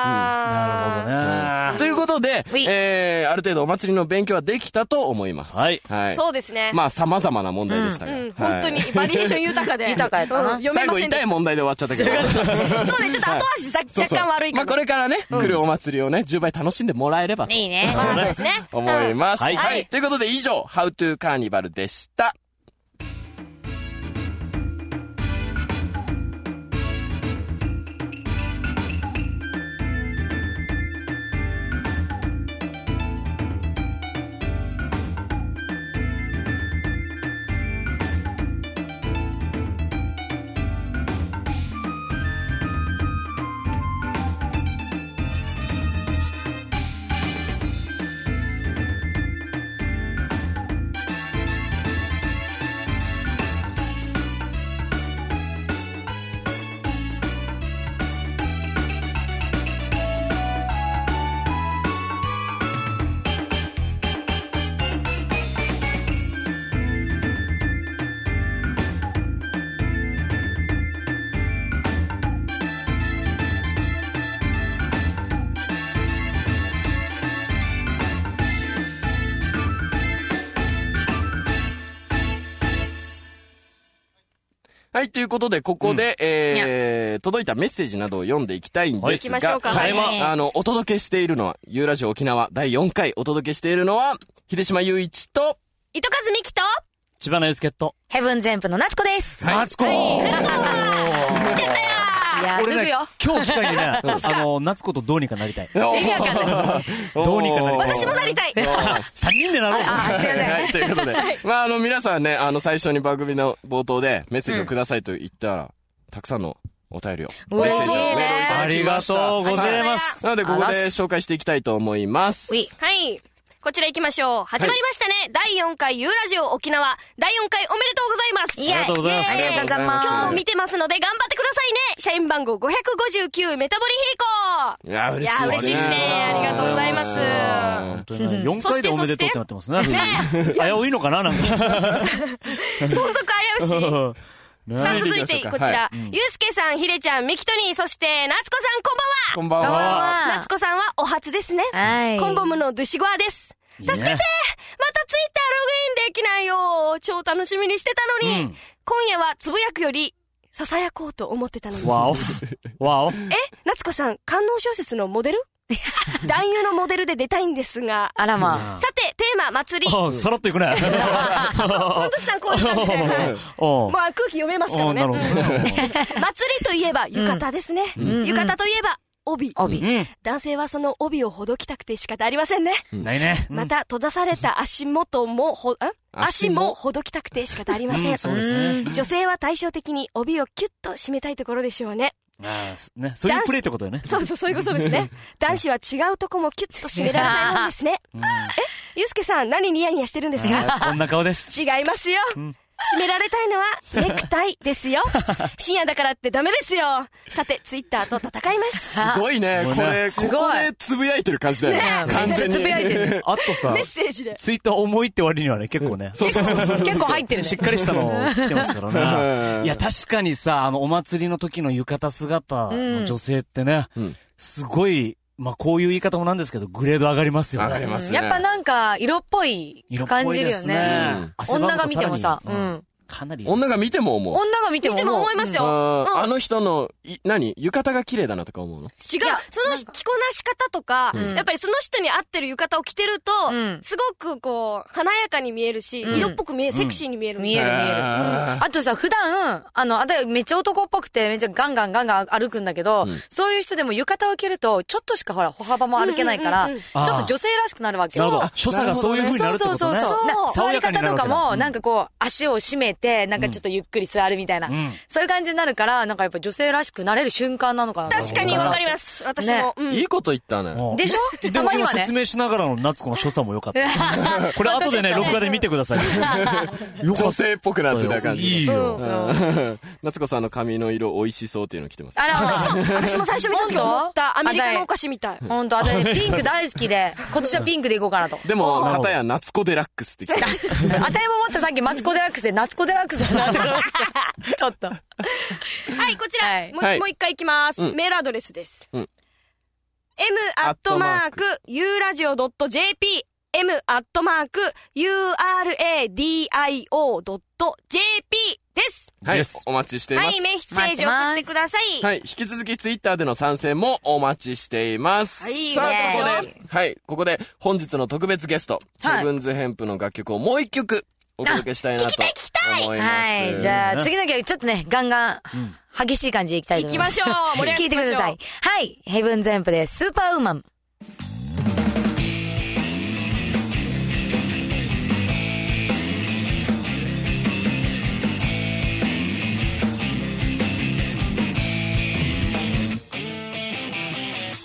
なるほどね。
ということで
うい、
えー、ある程度お祭りの勉強はできたと思います。
はい
はい。
そうですね
まあ、様々な問題でしたが。
うん、
はい
本当に。バリエーション 豊かで
豊かやったな
うん読め
最
ま
後
せん
痛
で
い
し
問題で終わっちゃったけ ど。
たそうねちょっと後味さ
そう
若
そう
干悪い
ま
か
あ、
も
これからね、来るお祭りをね、10倍楽しんでもらえればと
いいね。
まあそうですね
思います。
は
はいい。ということで、以上、How to Carnival でした。はい、ということで、ここで、えー、届いたメッセージなどを読んでいきたいんです
はい行きましょ
が
う、か
はい
はい
まああの、お届けしているのは、ユーラジオ沖縄第4回お届けしているのは、秀島雄一と、
糸数美希と
千葉のゆすけっと。
ヘブンゼンプの夏子です。
マツコ
来ちゃったよ
いや、脱
俺
ぐ
ね
よ。、
今日機会に ね、あの、夏子とどうにかなりたい。
ど
どうにかなりたい
私もなりたい
3人でなろうぜ。
あー、すいません。
はい、ということで。まあ、あの、皆さんね、あの、最初に番組の冒頭でメッセージをくださいと言ったら、たくさんのお便りを。
嬉し
メッセー
いね
ジをメールをいただきました
ありがとうございます
はなので、ここで紹介していきたいと思います。
うい
はい。こちら行きましょう。始まりましたね。第4回ユーラジオ沖縄。第4回おめでとうございます。
イエーイ
ありがとうございます
ありがとうございま
ありがとうござい
今
ま
日
す
も見てますので頑張ってくださいね。社員番号559メタボリ
いや、
飛行。い
嬉
や
しい
ー、
で
嬉
す
し
ね。
いですね。ありがとうございます。
本当にね4回でおめでとうってなってますね。
ね
危ういのかななんか。
存続危う し。さあ、
続い
続
て
い
いきましょうか
てこちら。ゆうすけさん、ひれちゃん、みきとに、そして、なつこさん、こんば
こんばん
んは。
こんばん
は。
は。
夏子さんはお初ですね。
はい
コンボムのドゥシゴアです。
いい
助
ね
けてまたツイッターログインできないよ超楽しみにしてたのに、
うん
今夜はつぶやくより、ささやこうと思ってたの に。
わお。わお。
え夏子さん、観音小説のモデル男優のモデルで出たいんですが。
あらま
さて、テーマ、祭り。
あさら っといくね。
本当さん、こういう感じで。 はい
お
まあ、空気読めますから
お
ね。
なる
う
ほ
ん
ど
祭りといえば、浴衣ですね。浴衣といえば、帯。
あ。帯。
うん。
男性はその帯をほどきたくて仕方ありませんね。
ないね。
また、閉ざされた足元もほ、ん足
足
も
も
ほどきたくて仕方ありません。
うん、そうですね。
女性は対照的に帯をキュッと締めたいところでしょうね。
ああ、ね。そういうプレイってことだよね。
そうそう、そういうことですね。男子は違うとこもキュッと締められないもんですね。え、ゆうすけさん、何ニヤニヤしてるんですか
ああこんな 顔です。
違いますよ。締められたいのは、ネクタイですよ。深夜だからってダメですよ。さて、ツイッターと戦います。
すごいね。
す
こ
ごい
れ、
ね
ここでつぶやいてる感じだよね。完全に。
つぶやいてる。
あとさ
メッ、セージで。
ツイッター重いって割にはね、結構ね。
そうそうそうそう。
結構入ってるね
しっ。かりしたの来てますから
うん
ね。いや、確かにさ、あの、お祭りの時の浴衣姿の女性ってね
うん、
すごい、まあ、こういう言い方もなんですけど、グレード上がりますよ
上がり
ね。
ますね。
やっぱなんか、色っぽい
色っ
感
ぽい
じる
で
よ
す
ね。
うん
女が見てもさ、う
汗ばむとらに
ん。
かなり。
女が見ても思う。
女が見ても
でも思います
う
よ。
ん
うん
あの人の、い何浴衣が綺麗だなとか思うの
違う。その着こなし方とか、
ん
やっぱりその人に合ってる浴衣を着てると、
うん
すごくこう、華やかに見えるし、
うん
色っぽく見え、セクシーに見える。
見える見える。
あ
あとさ、普段、あの、あためっちゃ男っぽくて、めっちゃガンガンガンガン歩くんだけど、そういう人でも浴衣を着ると、ちょっとしかほら、歩幅も歩けないから、
うんうんうん
ちょっと女性らしくなるわけ
なるほど
そ。
所作がそういう風
う
になるって
そ
こ
うそ
と
う
ね。
そう。な
爽
座り
やかにな
方
る
と
わ
か
けだ
も、なんかこう、足を締めて、なんかちょっとゆっくり座るみたいな、
ん
そういう感じになるから、なんかやっぱ女性らしくなれる瞬間なのかな。
確かにわかります。私も。うん
いいこと言ったね。
もう
でしょ
でも
たまに
今
はね
説明しながらの夏子の所作も良かった。これ後でね、録画で見てください。良か
女
っ
性っぽくなってた
たよ。
感じ。
いいよ。
うん 夏子さんの髪の色美味しそうっていうの来てます。
あら、
私も最初見た時思った。ア
本当
メリカのお菓子みたい。
ほんと、あとね、ピンク大好きで、今年はピンクでいこうか なと。
でも、
あー
片や夏子デラックスって来てる。
あたいも思ったさっきマツコデラックスで、ナツコデラックスだなって思ってたちょっと。
はい、こちら、
はい
もう
はい
もう一回いきます、
うん
メールアドレスです。
うん
m アットマーク u ラジオ .jp m アットマーク uradio.jp です。
はい
です、
お待ちしてい
は
ま
い、
す。
メッセージを送ってください。
はい。引き続きツイッターでの参戦もお待ちしています。
はい
さあ、
イ
こ
エー
こ
イ
で、はい。ここで本日の特別ゲスト、
はい
ヘブンズヘンプの楽曲をもう一曲お届けしたいなと思います。
はい。じゃあ、次の曲、ちょっとね、ガンガン、激しい感じでいきたいと思います。
行きましょう盛り上
聞
げ
い
て
て
いき
く
まし
ださ
ょう
い。はい。ヘブンズエンプで、スーパーウーマン。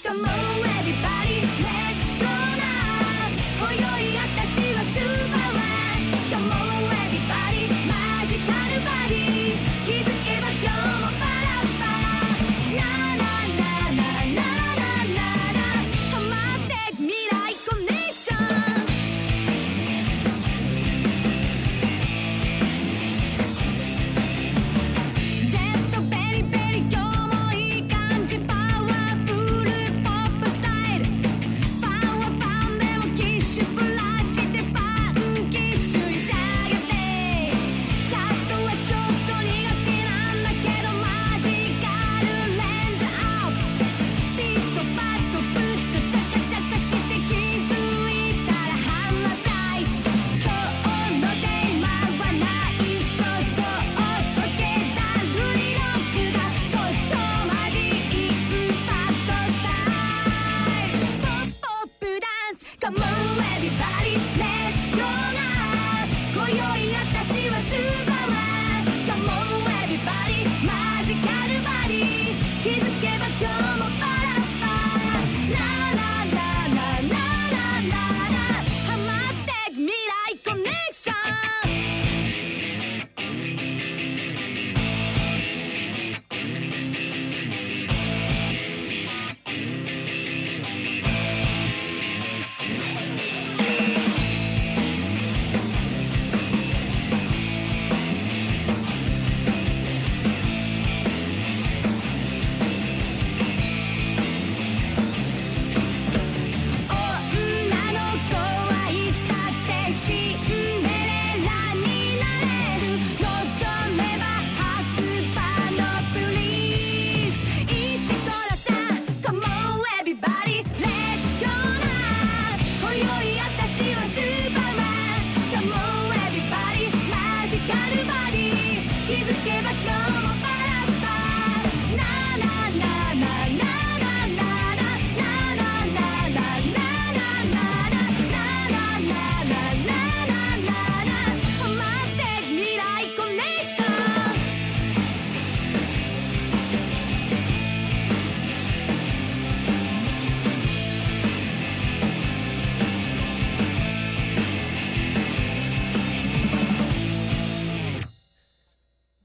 Come on everybody, let's go now 今宵私はスーパーマン Come on everybody, マジカルバディ気づけば今日もバラバラ Na na na na na na na na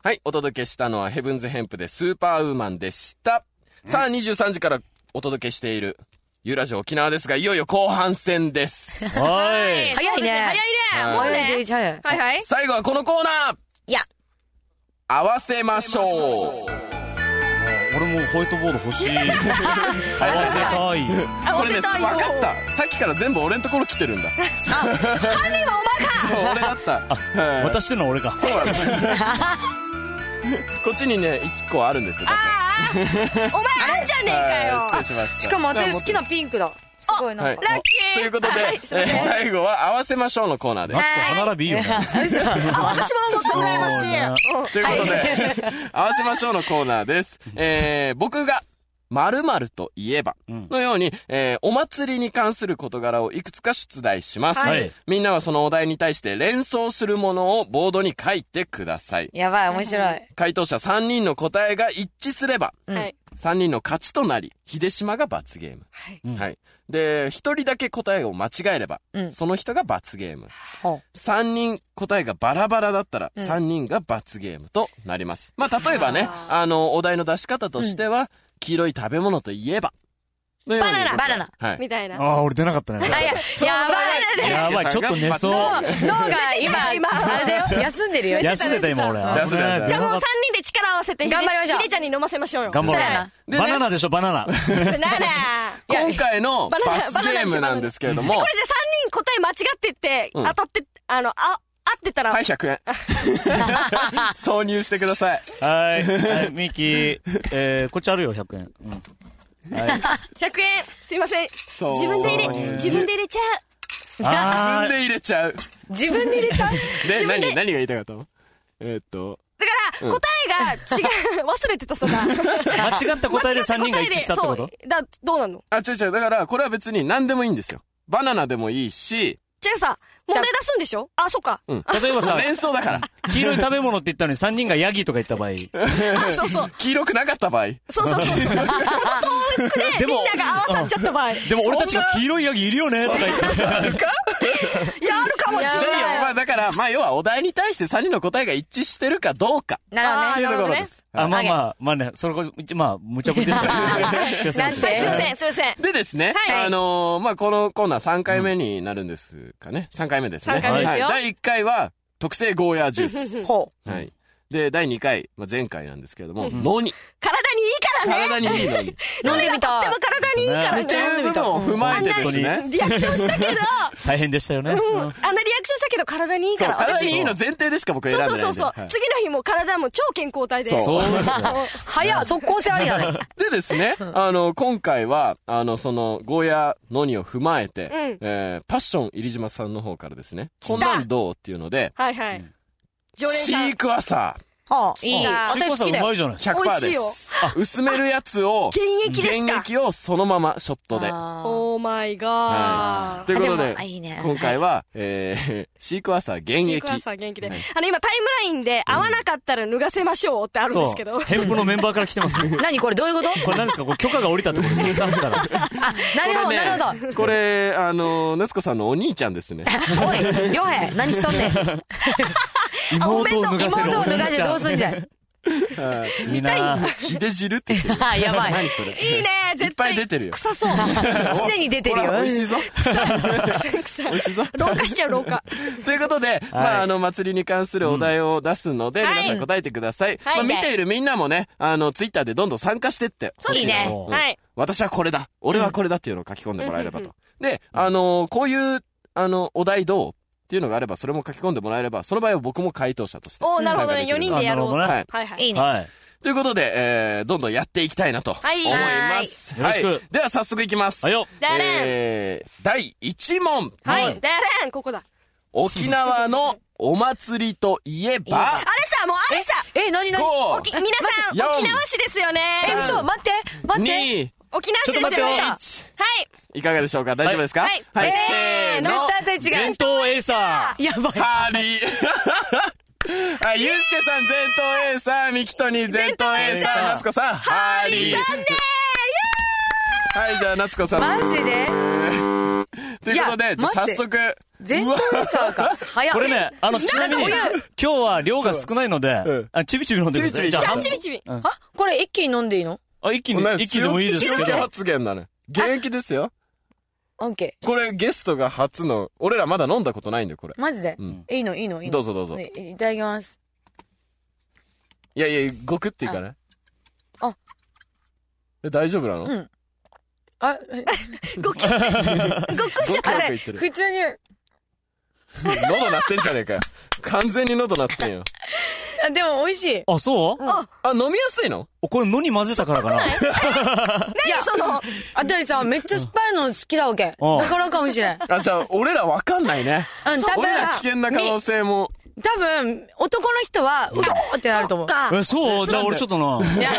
はい、お届けしたのはヘブンズヘンプでスーパーウーマンでした。さあ、23時からお届けしている、ユーラジオ沖縄ですが、いよいよ後半戦です。
は
早いね
い。
早いね。
はい
もう
早いで
ね。
一早い。
はいはい。
最後はこのコーナー
いや、
合わせましょう
俺もホワイトボード欲しい。合わせたい。
合
こ
わ
れね、
せ
分か
たいよ。
ったさっきから全部俺のところ来てる んだ。 そう、俺だった。
渡してんの俺か。
そうなんです。 こっちにね、1個あるんですよ。だって
あーあーお前あんじゃねえかよ
はい。失礼しました。
しかも私好きなピンクだ。すごいなんか。
は
ラッキー。
ということで、
はい
え
すいません
ー最後は合わせましょうのコーナーです
夏。子歯並びいいよね。
あ、私も思って羨ましい。
そ
ということで、合わせましょうのコーナーです。えー、僕が、〇〇といえば、のように、えー、お祭りに関する事柄をいくつか出題します。
はい
みんなはそのお題に対して連想するものをボードに書いてください。
やばい、面白い。
回答者3人の答えが一致すれば、
はい。
3人の勝ちとなり、秀島が罰ゲーム。
はい
うん
はい。で、1人だけ答えを間違えれば、
うん
その人が罰ゲーム。
ほ
3人答えがバラバラだったら、3人が罰ゲームとなります。まあ、例えばね、あの、お題の出し方としては、黄色い食べ物といえば、のように
バナナ
バナナ。
はい。
みたいな。
ああ、俺出なかったね。
あ、いや、やばい。
やばい、ちょっと寝そう。
脳が今、今、あれ だよ。休んでるよ。
休んでた今俺。
休んでた
危ない
じ
じゃあもう三人で力を合わせて、
頑張りましょう
ひでちゃんに飲ませましょうよ。
頑張
そうやな
ろう。
でね
バナナでしょ、バナナ。
バナナ。
いや
今回の
バナナ
罰ゲームなんですけれども
こ、れじゃあ3人答え間違ってって、
うん
当たって、あの、あ、合ってたら、
はい、100円。 挿入してください。
はい。はいミキ、えー、こっちあるよ、100円。うん
100円、すいません。自
う
分で入
そう
れ、自分で入れちゃう。
自
あ
分で入れちゃう。
自分で入れちゃう。
で、何、何が言いたかったのえーっと、
だから、答えが違う、忘れてた、そんな。
ー、間違った答えで3人が一致したってこと
そうだ、どうなの
あ、違う違う、だから、これは別に何でもいいんですよ。バナナでもいいし、
じゃあさ、問題出すんでしょあ、そっか。
例えばさ、
連想だから。
黄色い食べ物って言ったのに3人がヤギとか言った場合。
あ、そうそう。
黄色くなかった場合。
そうそうそう。この遠くで、
で
みん
も
なが合わさっちゃった場合。い
でも俺たちが黄色いヤギいるよねとか言って。
や、あるかもしれ
じゃあいいよ
ない。
まあだから、まあ要はお題に対して3人の答えが一致してるかどうか。
なるほど
っ
あ
てい
ね。
うところです。
あ、まあまあ、まあね、それこそ、まあ、無茶ぶりでしたけどすい
な
ません。
んて
はいすいません、すいません。
でですね、
はい
あのーまあこのコーナー3回目になるんですかね。3回目ですね。
三回目ですよ
はい、第1回は、特製ゴーヤージュー
ほ
ス。はい。で、第2回、まあ、前回なんですけれども、脳に、
体にいいからね。
体にいいの に。
う。飲んでみ
とって
た
も
い。
体にいいから
め
ね
っ。
と
ちゃ
いう部分を踏まえてです
本
ね。
リアクションした けど、
大変でしたよね。
うん、あんなリアクションしたけど体にいい
そ
か
う、
ら。
体にいいの前提でしか僕選んでない
そ
ん
う
で。
そうそう。
はい
次の日も体も超健康体で。
そう
そうですよ。
早っ、速攻性あり だね。
でですね、あの、今回は、あの、その、ゴーヤーのにを踏まえて、えーパッション入島さんの方からですね、こんなんどうっていうので、
はいはい。常連
シ
さん
ー。クワーサ
あ、いい。
あ
シーコ
私
さ
好
ん
き
う
だ
まい
よ。
じゃない
ー
美
100%
味し
で
いよ
す。薄めるやつを、
現役ですか
原液をそのままショットで。
あー
オーマイ
は
ガ
い。
ー。
ということ
あで
で
もいいね、
今回は、えーシークワーサー原
シークワー
液
サ。ー元気で。
はい
あの、今タイムラインで合わなかったら脱がせましょうってあるんですけど。
変部のメンバーから来てますね。
何これどういうこと
これ何ですかこれ許可が下りたってことですかスタッフから。
あ、なるほ ど、
これね
なるほど。
これ、あの、夏子さんのお兄ちゃんです ね。
おい、りょうへ、何しとんねん。
妹を脱がせる
妹を脱がしてどうすんじゃん。
ん。いいなぁ
ひで汁って言ってる。
あ、やばい。
何それ。
いいね絶対。
いっぱい出てるよ
臭そう。
常に出てるよ
ほ。ら美味しいぞ。
臭い。老化しちゃう、老化。
ということで、まあ、あの、祭りに関するお題を出すので、
うん
皆さん答えてください。
はい
まあ、見ているみんなもね、あの、ツイッターでどんどん参加してってほしい
いいね
うん
はい。
私はこれだ俺はこれだっていうのを書き込んでもらえればと。で、あのこういう、あの、お題どうっていうのがあれば、それも書き込んでもらえれば、その場合は僕も回答者として。
おー、なるほど
参加で
ね。
き
4人でやろう。
なるほどね
はいはい。
いいね。
はい。
ということで、えー、どんどんやっていきたいなと思
はい
います。
はいよろしく
では早速いきます。
はいよ。
ダレン。
えー、第1問。
はい。ダレン、ここだ。
沖縄のお祭りといえば
あれ、さ、もうあれさ、
え、なになに
5、
き
待っ
皆さん、
て
沖縄市ですよね。
え、
三
嘘、待って、待って。
2、
沖縄市ですよね。はい。
1。いかがでしょうか大丈夫ですか
はい
はい、せー
えー
の。
絶対絶対違
前
う。
頭エイサー
やばい。
ハーリー。 はい、ゆうすけさん、前頭 A さん、みきとに前頭 A さん、夏子さん、ハーリー。はい、じゃあ、夏子さん。
マジで
ということ
い
で、
や
じゃあ
待っ
早
て
速、
全トリサーか。早っ
これね、あの、ちなみに、
なんかお
今日は量が少ないので
ん、
あ、ちびちび飲んでくださ
ちびちび
い。じゃあ、
チビチビ
あ、これ一気に飲んでいいの
あ、一気
こんな
に、一気でもいいですけ
強気
ど。
発言だね。現役ですよ。
オッケ
これゲストが初の、俺らまだ飲んだことないんだよ、これ
ー。。マジで
うん
いいのいいのいいの
どうぞどうぞ。
ねいただきます。
いやいや、ごくっていいから。
あ。
え、大丈夫なの
うんあ、え
ごきごくしちゃっ
ご
た
く
あ
ごくい
れ、
ってる
普通に、
喉鳴ってんじゃねえかよ。完全に喉鳴ってんよ。
あ、でも美味しい。
あ、そう
あ、飲みやすいの
おこれ野に混ぜたからかな。
いや、
その
あたりさ、めっちゃ酸っぱいの好きだわけ。
うん
だからかもしれん。うん、
あ、じゃあ、俺らわかんないね。
多分、
俺ら危険な可能性も。
多分、男の人は、うどーってなると思う。
か
え、そうじゃあ俺ちょっとな。
いや、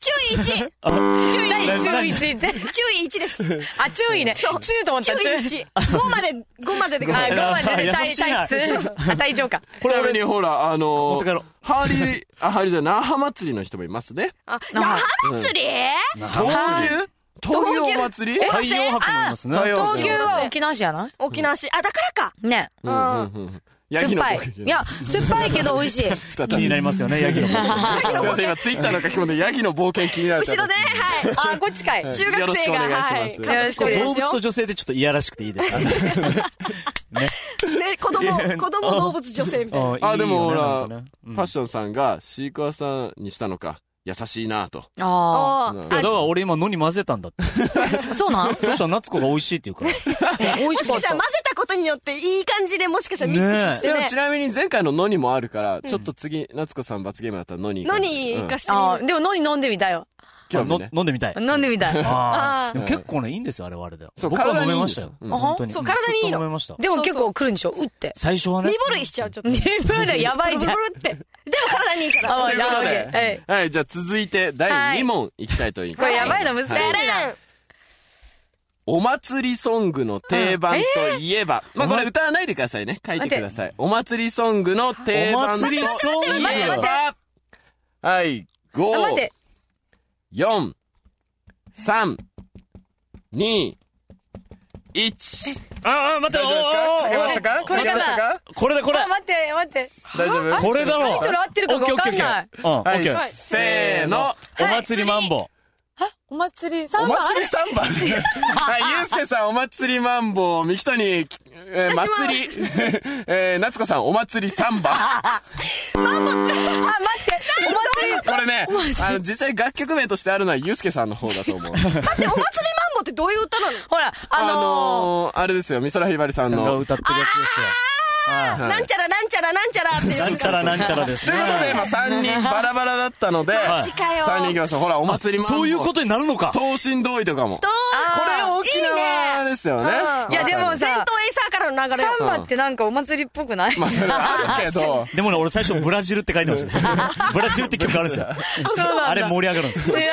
注意1注意
第
1
11って。
注意1です
あ、注意ね。注意と思っ
注
た、注意。
意15まで5までで
あ、
はい
5まで
優
で、体
しいな
体質。あ、体調か。
これにほら、あ
持っ
の
て帰ろう
ー、ハーリー、あ、ハーリーじゃない、那覇祭りの人もいますね。
あ那覇祭り
闘牛闘牛お祭り
太陽博もいますね。
あ太陽
東京は沖縄市やない
沖縄市あだからか
ね。
うんうんうん。ヤ
酸っ
ギの
ぱ
声
い。いや、酸っぱいけど美味しい。
再
気に
び。
なりますよね、ヤギの。
すいません、今ツイッターの書き込んでヤギの冒険気になる
後ろではい
あ、こっちかい。
中学生が
よろしくお願いします
は
よ
い
ろしくお願いします
動物と女性でちょっといやらしくていいです かね。
ね子供子供動物女性みたいな
あ
あ、でもほら、
フ
ファ
ァ
ッションさんがシークワーサーにしたのか、優しいなと。
あ
あ
うん
いや、だ
あ
から俺今野に混ぜたんだって。
あ。そう なん
そしたら夏子が美味しいって言うから。
美味
も
し
し
か
か
っ
した
た
ら混。ぜたことによっていい感じでもしかしたらミックスして
でも
ね
ちなみに前回のノにもあるから、ちょっと次、夏子さん罰ゲームだったらノに行
の
かない。
に行かしてみる
あーでも何飲んでみたいよ。
興味
の
ね
飲んでみたい。
飲んでみたい。
あ
あー
あ。でも結構ね、いいんですよ、あれはあれで。
そう
僕は飲めましたよ
体。にいいんですようん
本当に。
そう体にい
ずっ
いの
と飲めました。
でも結
そうそ
構来るんでしょうって。
最初はね
身。震いしちゃうちょっと
眠るやばいじ ゃん。
ってでも体にいいから
あ、
ということ
やばいは
で
い、
はい、じゃあ続いて第2問いきたいと思います。
これやばいの難しい
は
な。
お祭りソングの定番といえば、まあこれ歌わないでくださいね。書いてください。お祭りソングの定
お
番と
祭
い
りソン
え
待って
グ
待って
ば、はい、
あ、待っ
5
て。、
4、3、2、1。
ああ、待って、
大丈夫ですか書け
おーおーお
ま
ー
したか
こ
書
れ
け
か
ま
な
したか
これだ、これ
あ、。待って、待って。
大丈夫
これだろう。
タイトル合ってるかがわかんない。
うん、オッ
はい
ケー。
はいせーの。
お祭りマンボウ。
お祭り、3
お
番。
祭り三 番。はい、ゆうすけさんお祭りマンボウ、三木谷、えー、祭り、 えー、夏子さんお祭り三番。
あ、 待って。お祭り。
これね、あの、実際楽曲名としてあるのはゆうすけさんの方だと思う。
でお祭りマンボってどういう歌なの
ほら、あ
あ
の
のー、あれですよ、美空ひばりさん
さんが
の。
歌ってるやつですよ。はい
はい
なんちゃらなんちゃらなんちゃらっていう
なんちゃらなんちゃらです
と
ね
いう。ことで、まあ、3人バラバラだったので、
マ
3
ジ
かよ
人行きましょう。ほら、お祭りマンボウ。
そういうことになるのか。
等身同意とかも。こ
と
れ沖縄ですよね。
いいねうん
いやでもさ
前頭エサーからの流れよ
サンバってなんかお祭りっぽくない
まあ、それはあるけど、
でもね、俺最初ブラジルって書いてました。ブラジルって曲あるんですよ。あれ盛り上がるんですよ。
いや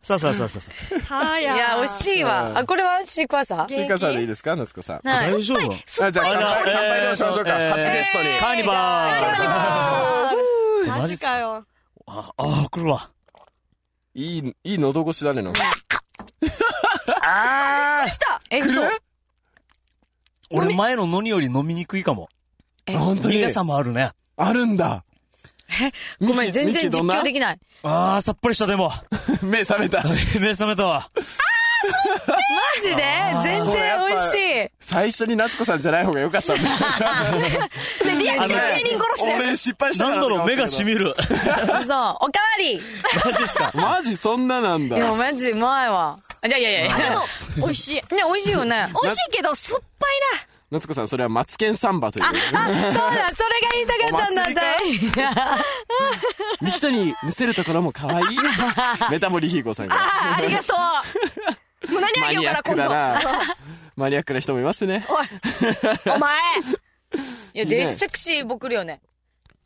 さあさあさあさあさ
はい
いや、惜しいわ。あ、これはシークワーサー
新幹線でいいですか、夏子さん。
あ。
はい。
大丈夫
あじゃあ、乾杯乾杯でもしましょうか。
えー
初ゲストに。
カーニバーマ
マ
ジ
ジ
っすか
かよ
ああ、来るわ。
いい、いい喉越しだね、なんか。
ああ
え、嘘
俺前ののにより飲みにくいかも。
え
本当に
苦。さもあるね。
あるんだ。え、
ごめん、全然実況で
き
きない。
ああ、さっぱりしたでも。
な目覚めた。
目覚めたわ。
マジで全然美味しい。
最初に夏子さんじゃない方が良かった んだ。
リアクション 芸人殺しだよ
俺失敗した
なんだろう、目がしみる。
そう。おかわり
マジっすか。
マジそんななんだ
い。や、マジうまいわ。あいやいやいや。
で
ね、
も美味しい
美味しいよね。
美味しいけど酸っぱ
夏子さん、それはマツケンサンバという。
あ、そうだ、それが言いたかったんだ、
ミキトに見せるところも可愛い。メタボリヒーコーさんが。
いなあありがとうもう何あ
マ
げよう
ニアック
かな
だ
今
な
度。
マニアックな人もいますね。
お前
いや、デイジセクシーボクロよね。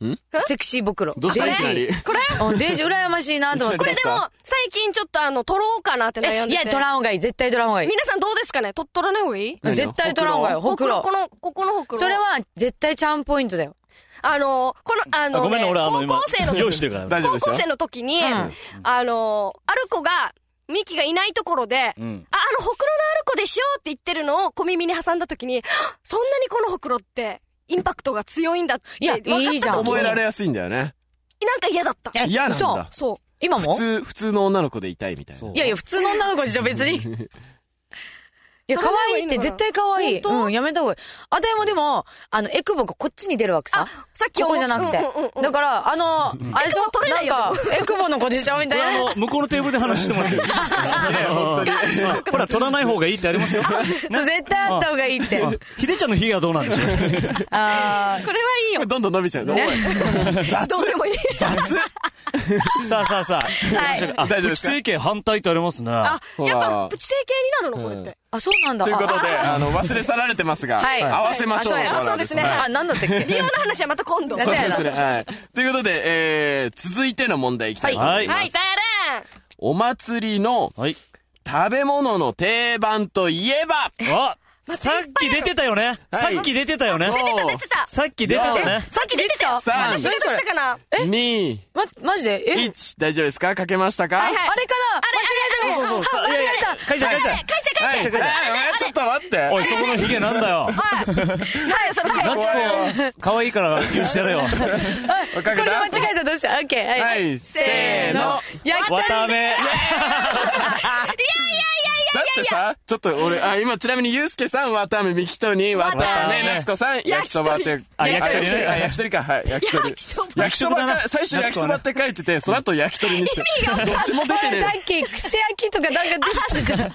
ん
セクシーボクロ。
どうしたい
デイ
き
ジ
なり。
これ
うんデイジ羨ましいなと思っ
ど
こ
う
れ
て。
し
で
た
も最近ちょっとあの取ろうかなって悩ん
えい
でて
や、取らんほうがいい。絶対取らんほうがいい。
皆さんどうですかね取取らない方がいい
何
絶対取らんほうがいい。ほ
ほ
く
くろ
ろ
こ。のここのほくろ
それは絶対チャームポイントだよ。
あのこのあ
あ
の
ごめんね、
ね
俺あの
高
今
校生の、
用意してるから。
大丈夫
高
です
校
よ
生。の時に、
うん
あのある子がミキがいないところで、あ、あの、ほくろのある子でしょって言ってるのを小耳に挟んだ時に、 そんなにこのほくろって、インパクトが強いんだって。
いや
分かった
いいじゃん
時に
覚えられやすいんだよね。
なんか嫌だった。
え
嫌なん
嘘
だ。
そう。
今
普
も
通、普通の女の子でいたいみたい
そう
な。
いやいや、普通の女の子じゃ別 に。いや、可愛いって絶対可愛い。
本当
うん、やめた方がいい。あたいもでも、あの、エクボがこっちに出るわけさ。
さっき
ここ
思っ
じゃなくて
うんうんうん。
だから、あの、あれでしょ
エクボ取れないよ
なんか、エクボの子でしょみた
こ
い
れ
な。
あの、向こうのテーブルで話してもらっていいですか ほら、取らない方がいいってありますよ。
そう絶対あった方がいいって。
ひでちゃんの日はどうなんでしょう
あ
これはいいよ。
どんどん伸びちゃう。
ね
おい
どうでもいい。
さあさあさ
はい
あ。あ
大丈夫
プ
で
チ
すか
整形反対ってありますね。
あ、やっぱ、プチ整形になる
ほ
の、こ
ら
れって。
あ、そうなんだ。
ということ
あ
で、あの、忘れ去られてますが、
はい
合わせましょうの
あ
コ
そうや
ーナー
あそうですね
はい
あ、なんだったっけ
美容の話はまた今度。
や
そう
だ
で
やだ
すね。はい。ということで、えー、続いての問題いきたいと思
はいい
ます。
はい、タラン。
お祭りの
はい。
食べ物の定番といえば
あさっき出てたよね。さ
はい
っき出てたよね。
出てた。
さっき出てたね。
さっき出てた
さあ
何
私
そ
出
れ
てたかな
5、2、
ま、マジでえあれ
1、大丈夫ですかかけましたか
はいはい
かな
あれ
間違
あれ
えた
そうそうそう
あ間違えた
かいちゃんかいちゃん。
はい
ちょっと
はいはいちょっと待って。
おい、そこのヒゲなんだよ。
はい、その、はい
夏子、可愛いから許してやれよ。
わか
これ間
け
違えたらどうしよう。オッケー。
た
は。
はいい、せーの。だ
焼き鳥
わたあめ。
ってさ、ちょっと俺、あ、今ちなみにゆうすけさん、わたあめみきとに、わたあめ、
わたあめ
なつこさん、焼きそばって。
あ焼き鳥ね
あ、焼き鳥か。はい、焼き鳥
焼きそば。
焼きそば
焼きそばだ
か
な
最初焼きそばって書いてて、その後焼き鳥にして。どっちも出て
さ
ね
っき串焼きとかなんか出てたじゃん。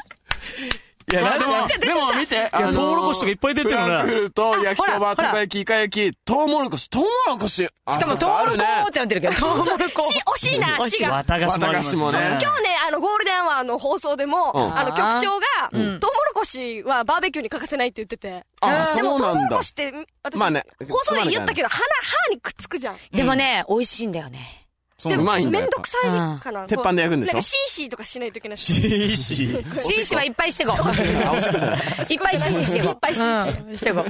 いや、
え。まあ
で
で
も、
も、でも見て。あのー
トウモロコシとかいっぱい出てるね
フランクフルト、焼きそば、
ほ
と
ら
か焼き、イカ焼き、トウモロコシ、トウモロコシ。し
しかもトウモロコってなってるけど、トウモロコ。
惜しいな、死が。
わたがしもあります
わたがしもね
今日ね、あの、ゴールデンアワーの放送でも、
うん
あの、局長が、トウ
う
モ
ん
ロコシはバーベキューに欠かせないって言ってて。
あそ
でも、
う
トウ
な
モ
ん
ロ
だ
コシって、私、
まあね
放送で言ったけど、鼻、歯にくっつくじゃん。
でもね、美味しいんだよね。
そう
で
う
も、
まいんだ
め
よ
んどくさいかな。
鉄板で焼くんでしょ
なんか、シーシーとかしないといけな い。
しーしー。
シーシーはいっぱいしてこ。
あ、おしっこじゃない。
いっぱいシーシーしてこ。
いっぱいシーシー
うんしてこ。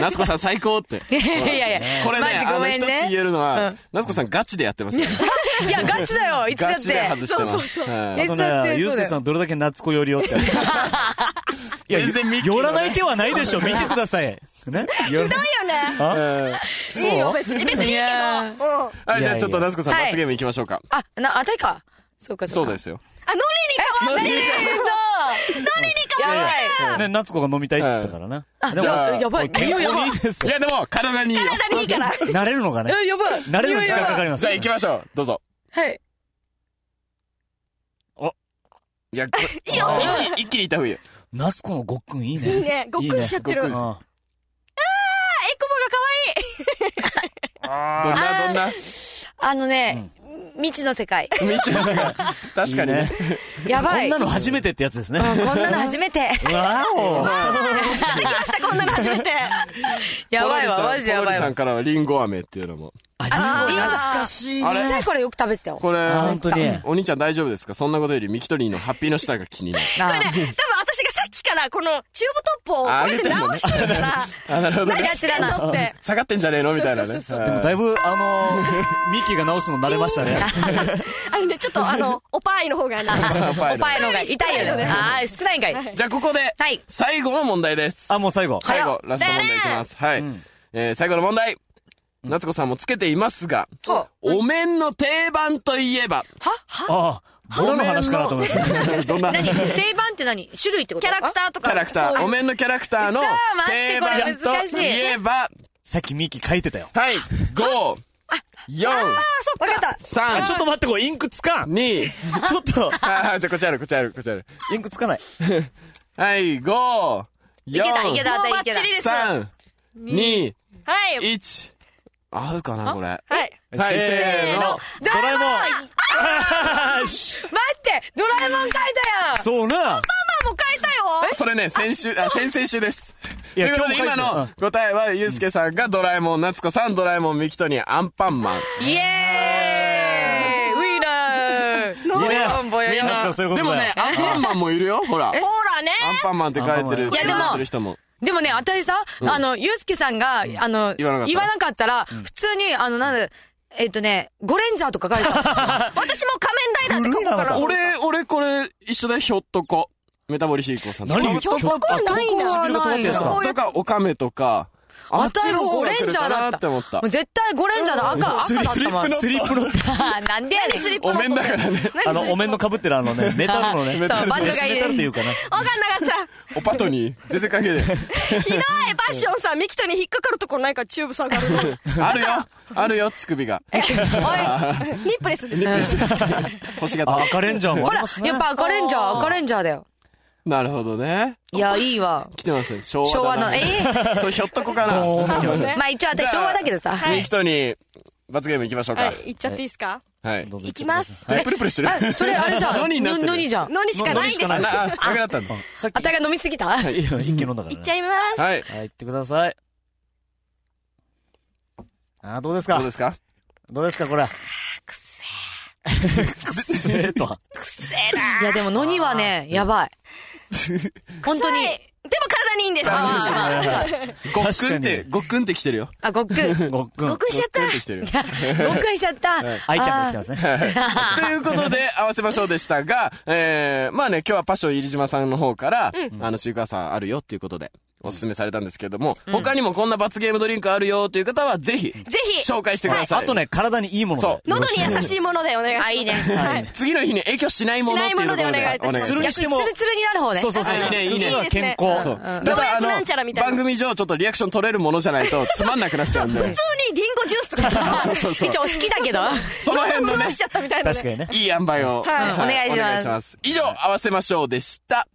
夏子さん最高って。
いやいやい や、
これね
マジ、
あ
ご
の
め
一
ん
つ言え
ね。
るの
う
は
ん、
夏子さんガチでやってますよ。
いや、ガチだよ、いつだ
ガ
っ
チで
て
外。してます。はい
あとね、ゆうすけさんどれだけ夏子寄りよって。いや、
全然ミッキー
寄らない手はないでしょ、見てください。ね。ひどいよ
いいよね。
え
そう
いいよ、別に。別にいい
い
けど。
やー
うん。あ、ノ
ーはい、じゃあちょっと夏子さん
はい
罰ゲームいきましょうか。
あ、な、あたいか。そうか、そ
そうう
か。。
ですすよ。
リに変わってる。
やばい。
ね、夏子が飲みたいって言ったからな。
あ、
でも
じゃあやばい。
健
匂いや
康
ば
に
い
いい。です
い
よ。
や、でも、体にいいよ。
体にいいから。
慣れるのがね。
えやばい。
慣れるのに時間かかります。
じゃあ行きましょう。どうぞ。
はい。
いや、これ一気一気にいった方がいいよ。
夏子のごっくんいい
いい
ね。
ね。ごっくんしちゃってる。
う
いい
ん
ね
あ
どんな、どんな。
あのね、未知の世界。
道の中確かにね。
やば
こん
い。
な
うん
の初めてってやつですね。
こんなの初めて。
わー
来ました、こんなの初めて。
やばいわ、
小
マ
森
ジ
さん
や
小
ば
森
い
さ
わ。
んからはリンゴ飴っていうのも。
お
今
懐かしい
あ
ちっちゃ
ね。
い頃よく食べてたよ。
これ、
あ本当に。
お兄ちゃん大丈夫ですかそんなことよりミキトリーのハッピーの下が気になる。
なあ
これね、多分私がさっきからこのチューブトップをこれで直してるから、
あ、なるほど
何
ね。
が知らな いのって。
下がってんじゃねえのみたいなね。
でもだいぶ、あのー、ミッキーが直すの慣れましたね。
あのね、ちょっとあの、おぱーいの方がね。
はい
おっぱいの方が痛いよね。ああ、少ないんかい。
じゃあここで、
はい
最後の問題です。
あ、もう最後。
最
は
後
よ、
ラスト問題いきます。はい。
うん
えー最後の問題。夏子さんもつけていますが、
は
お面の定番といえば、
ああ、ボロの話かなと思って。
どんな
何
キ
定番って何種類ってこと
キャラクターとか。
ャラクター、お面のキャラクターの
さあ待って
定番
これ難しい
といえば、
さっきミッキー書いてたよ。
はい、5、4、
わかった。
あ
3、
ちょっと待って、これインクつかん。
2、
ちょっと、
ああ、じゃあこっちある、こっちある、こっちある。
インクつかない。
はい、5、
いけたいけ
4、
た
もう
い
バ
け
ッ
た
チリです。はい。
3、2、
はい。
1。合うかな、これ。は、
はいい
せーの。
ドラえもんあーし
待ってドラえもん書いたやん
そうな。
もう変えたよ。
それね、先週、あ、先々週です。
いや
ということで、今
今日も書いてた
の答えは、ゆうすけさんがドラえもん、夏子さん、ドラえもん、ミキトニー、アンパンマン。
イエーイウィーラー
いいね
ボヨンボヨ
み
ヨ
ん
ン
なそうそういう
で
こと
も
だよ
ね、アンパンマンもいるよ、ほら。アン
ほらね。
パンマンって書いてる、
い
やでも
してる人も。
でもね、あたいさ、あの、ゆうすけさんが、あの、
言わなかった
言わなかったら、普通に、あの、なんだ、えっとね、ゴレンジャーとか書かれてた。
私も仮面ライダーって書こうかな。
俺、俺これ一緒だよ、ひょっとこ。メタボリヒーコーさんと。
何
ひょっとこ
ひょっとこないんだ
唇が飛ぶんですかとか、オカメとか。
あたいもゴレンジャーだ
あっちの方が来るかなっ
っ
て
た。も
思った
う。絶対ゴレンジャーの赤、赤だったもん。
スリップの、
なんでやねん。スリッ
お面だ からね。
あの、お面の被ってるあのね、メタルのね、
そう
メタルの
バンドがいい
メタルというかね。
わかんなかっ
おパトに、全然関係ない。
た。ひどいパッションさん、ミキトに引っかかるとこないからチューブ下がる。
あるよあるよ、乳首が。
ニップレスです。
星
あ、
形。
赤レンジャーも
ほ
あり
ら
ます、ね。
やっぱ赤レンジャー、赤レンジャーだよ。
なるほどね。
いや、いいわ。
来てますね。昭
昭
和
和
だ
の、
な。
ええ
そう、ひょっとこかな。
ドーンってますね
まあ一応私昭和だけどさ。
ミキトに、罰ゲーム行きましょう
は
か。
い、行っちゃっていいですか
はい。
どうぞ
行きます。
えプルプルしてる。
あそれあれじ ゃん。
のになってる
のにじゃん。
のにしかないんです。
の
あ、
にし
な、なくなったんだ。
さっ
あたいが飲みすぎた
き、いや一気飲んだから
行
ね
っち。ゃいます。
はい。
はい、行ってください。あー、どうです
ど
か
うですか
どうですか、これ。くせえ。くせえとは。
いやでも、のにはね、やばい。本当
はい
に。
でも体にいいんです。
あ
あ
まあまあ
ごっ
確
く
か
んって
に、
ごっくんって来てるよ。
あ、ごっくん。
ごっくん。
ごっくんしちゃっ
ごっくんって来てるよ。
た。ごっくんしちゃった。
愛ちゃんが来てますね。
ということで、合わせましょうでしたが、えー、まあね、今日はパッション入島さんの方から、あの、シーカーさんあるよっていうことで、おすすめされたんですけども、他にもこんな罰ゲームドリンクあるよという方は、ぜひ、ぜ
ひ
紹介してください。
あとね、体にいいもので
そう
ー喉に優しいものでお願いします。
あ、いいね。
はい。
次の日に影響しないものっていうところで
しないものでお願いいたします
する
逆
に
に
し
ツ
て
ル
も、
ツルになる方ね。
そうそうそう。
あいいねいいね
そう健康。
そう。
ん
ただ、あ
ようやくなんちゃらみ
の、
たいな
番組上ちょっとリアクション取れるものじゃないと、つまんなくなっちゃうん で、
普通にリンゴジュースとか
そうそうそう
一応好きだ けど。
その 辺の
飲
ね
まし、ちゃったみたいなね。
確かにね。
いい塩梅を、
はい
お願いします
す。以上、合わせましょうでした。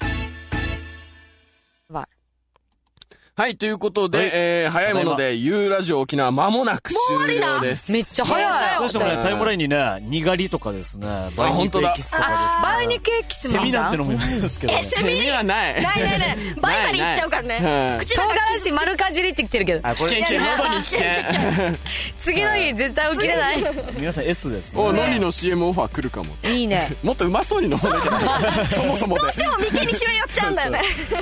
やばい
はい、ということで、
はい
えー、早いもので、ユーラジオ沖縄、間もなく終了です。
めっちゃ早い。
そうしてもね、タイムラインにね、にがりとかですね、バイ
本
ニ
当
ク
だ
エキスとか
バイニケーキ
で
ス
すね。セ
もあ
ミ
んじ
な
ゃ
んての
ん。
もいるんですけどね。
セミは ない。
ないないない。バイバリ行っちゃうから
ない
ね
ない。
口
唐
の中
辛子丸かじりってきてるけど。
あ、こ
危
れ、
険危険、喉に 危険。
次の日絶対起きれない。
皆さん S ですね。
お、のりの CM オファー来るかも。
いいね。
もっとうまそうに飲まなきゃ そもそもで。
でも眉間にしわ寄っちゃうんだよね。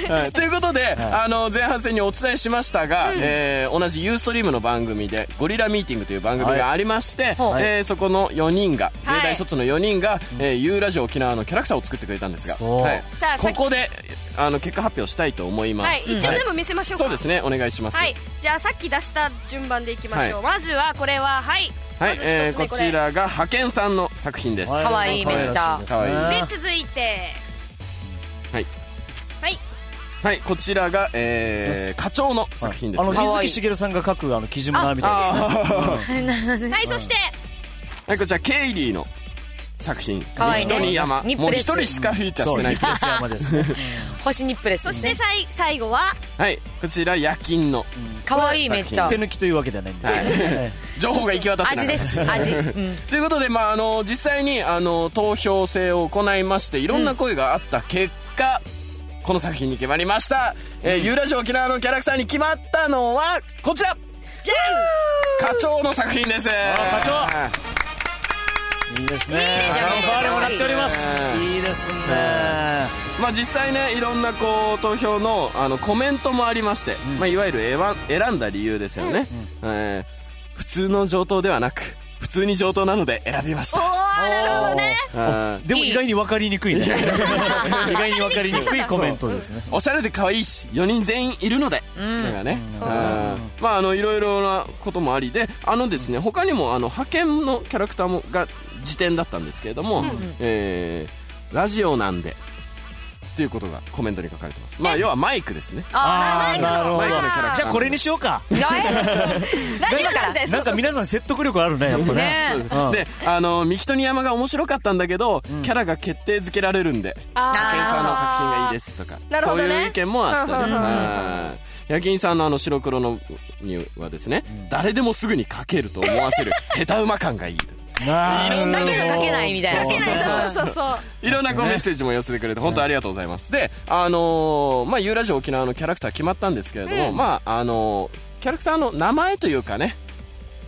はいということで、あの前半戦にお伝えしましたが、えー同じユーストリームの番組で「ゴリラミーティング」という番組がありまして、
はい
えーそこの4人が
はい
芸大卒の4人が「えーユーラジオ沖縄」のキャラクターを作ってくれたんですが、
そう
はい
さあ
ここであの結果発表したいと思います、
はい。一応
はい
全部見せましょうか。
そうですねお願いします
はい、じゃあさっき出した順番でいきましょう、まずはこれははい、
は
ま
い
ず
え
一つ
ー
目
こ
こ
ち
れ、
らが派遣さんの作品です、
可愛いめっちゃ
可愛い
で続いて
はい
はい
はい、こちらが、えー課長の作品です、
あの、
はい
水木しげるさんが書く、あの、記事もなみたいですね。
あ
はいそして
ーはいこちらケイリーの作品「
可愛いね
人に山」
ニッ
もう
プ
一
レス
人しかフィーチャーし
そう、
てない
ニップレス山ですね。
星ニップレス
そ
に
して
ね。
さい最後は
はい、こちら夜勤の、
可愛いめっちゃ
手。抜きというわけではないんですけどね。
情報が行き渡ってな
味
か
で
った
す。味。うん。
ということで、まあ、あの実際にあの投票制を行いましていろんな声があった結果、この作品に決まりました、えーユーラジオ沖縄のキャラクターに決まったのはこちら
じゃ
課長の作品です課
課長いいですね。
いやめっちゃ可愛い
頑張れもらっております。いいですね。
まあ、実際ねいろんなこう投票のあのコメントもありまして、まあ、いわゆる選選んだ理由ですよね、えー普通の上等ではなく普普通に上等なので選びまし
お
た
ーなるほどね
あー
でも意外に分かりにくいね 意外に分かりにくいコメントですね
おしゃれで可愛いし4人全員いるので、だからね、あーまああのいろいろなこともありであのですね他にもあの派遣のキャラクターもが辞典だったんですけれども、えーラジオなんでっていうことがコメントに書かれてますまあ要はマイクですね
あ
ーなるほ
マイクのキャラクター
どじゃあこれにしようか
ー、 なるほど。
ラジオなんです
なんか皆さん説得力あるねやっぱね
ねえ。
うん
であの三木とに山が面白かったんだけど、キャラが決定づけられるんで
あ
ヤ
ー
キンさんの作品がいいですとか
なるほどね
そういう意見もあった
うん
り
うんうん
はいヤキンさんのあの白黒のにはですね、誰でもすぐに描けると思わ せる下手馬感がいい
ない
ろんな
だけど書けないみたいな。
そうそうそう
そうそうそう
いろんなこう
ですね
メッセージも寄せてくれて本当ありがとうございます、であのーまあユーラジオ沖縄のキャラクター決まったんですけれども、まああのーキャラクターの名前というかね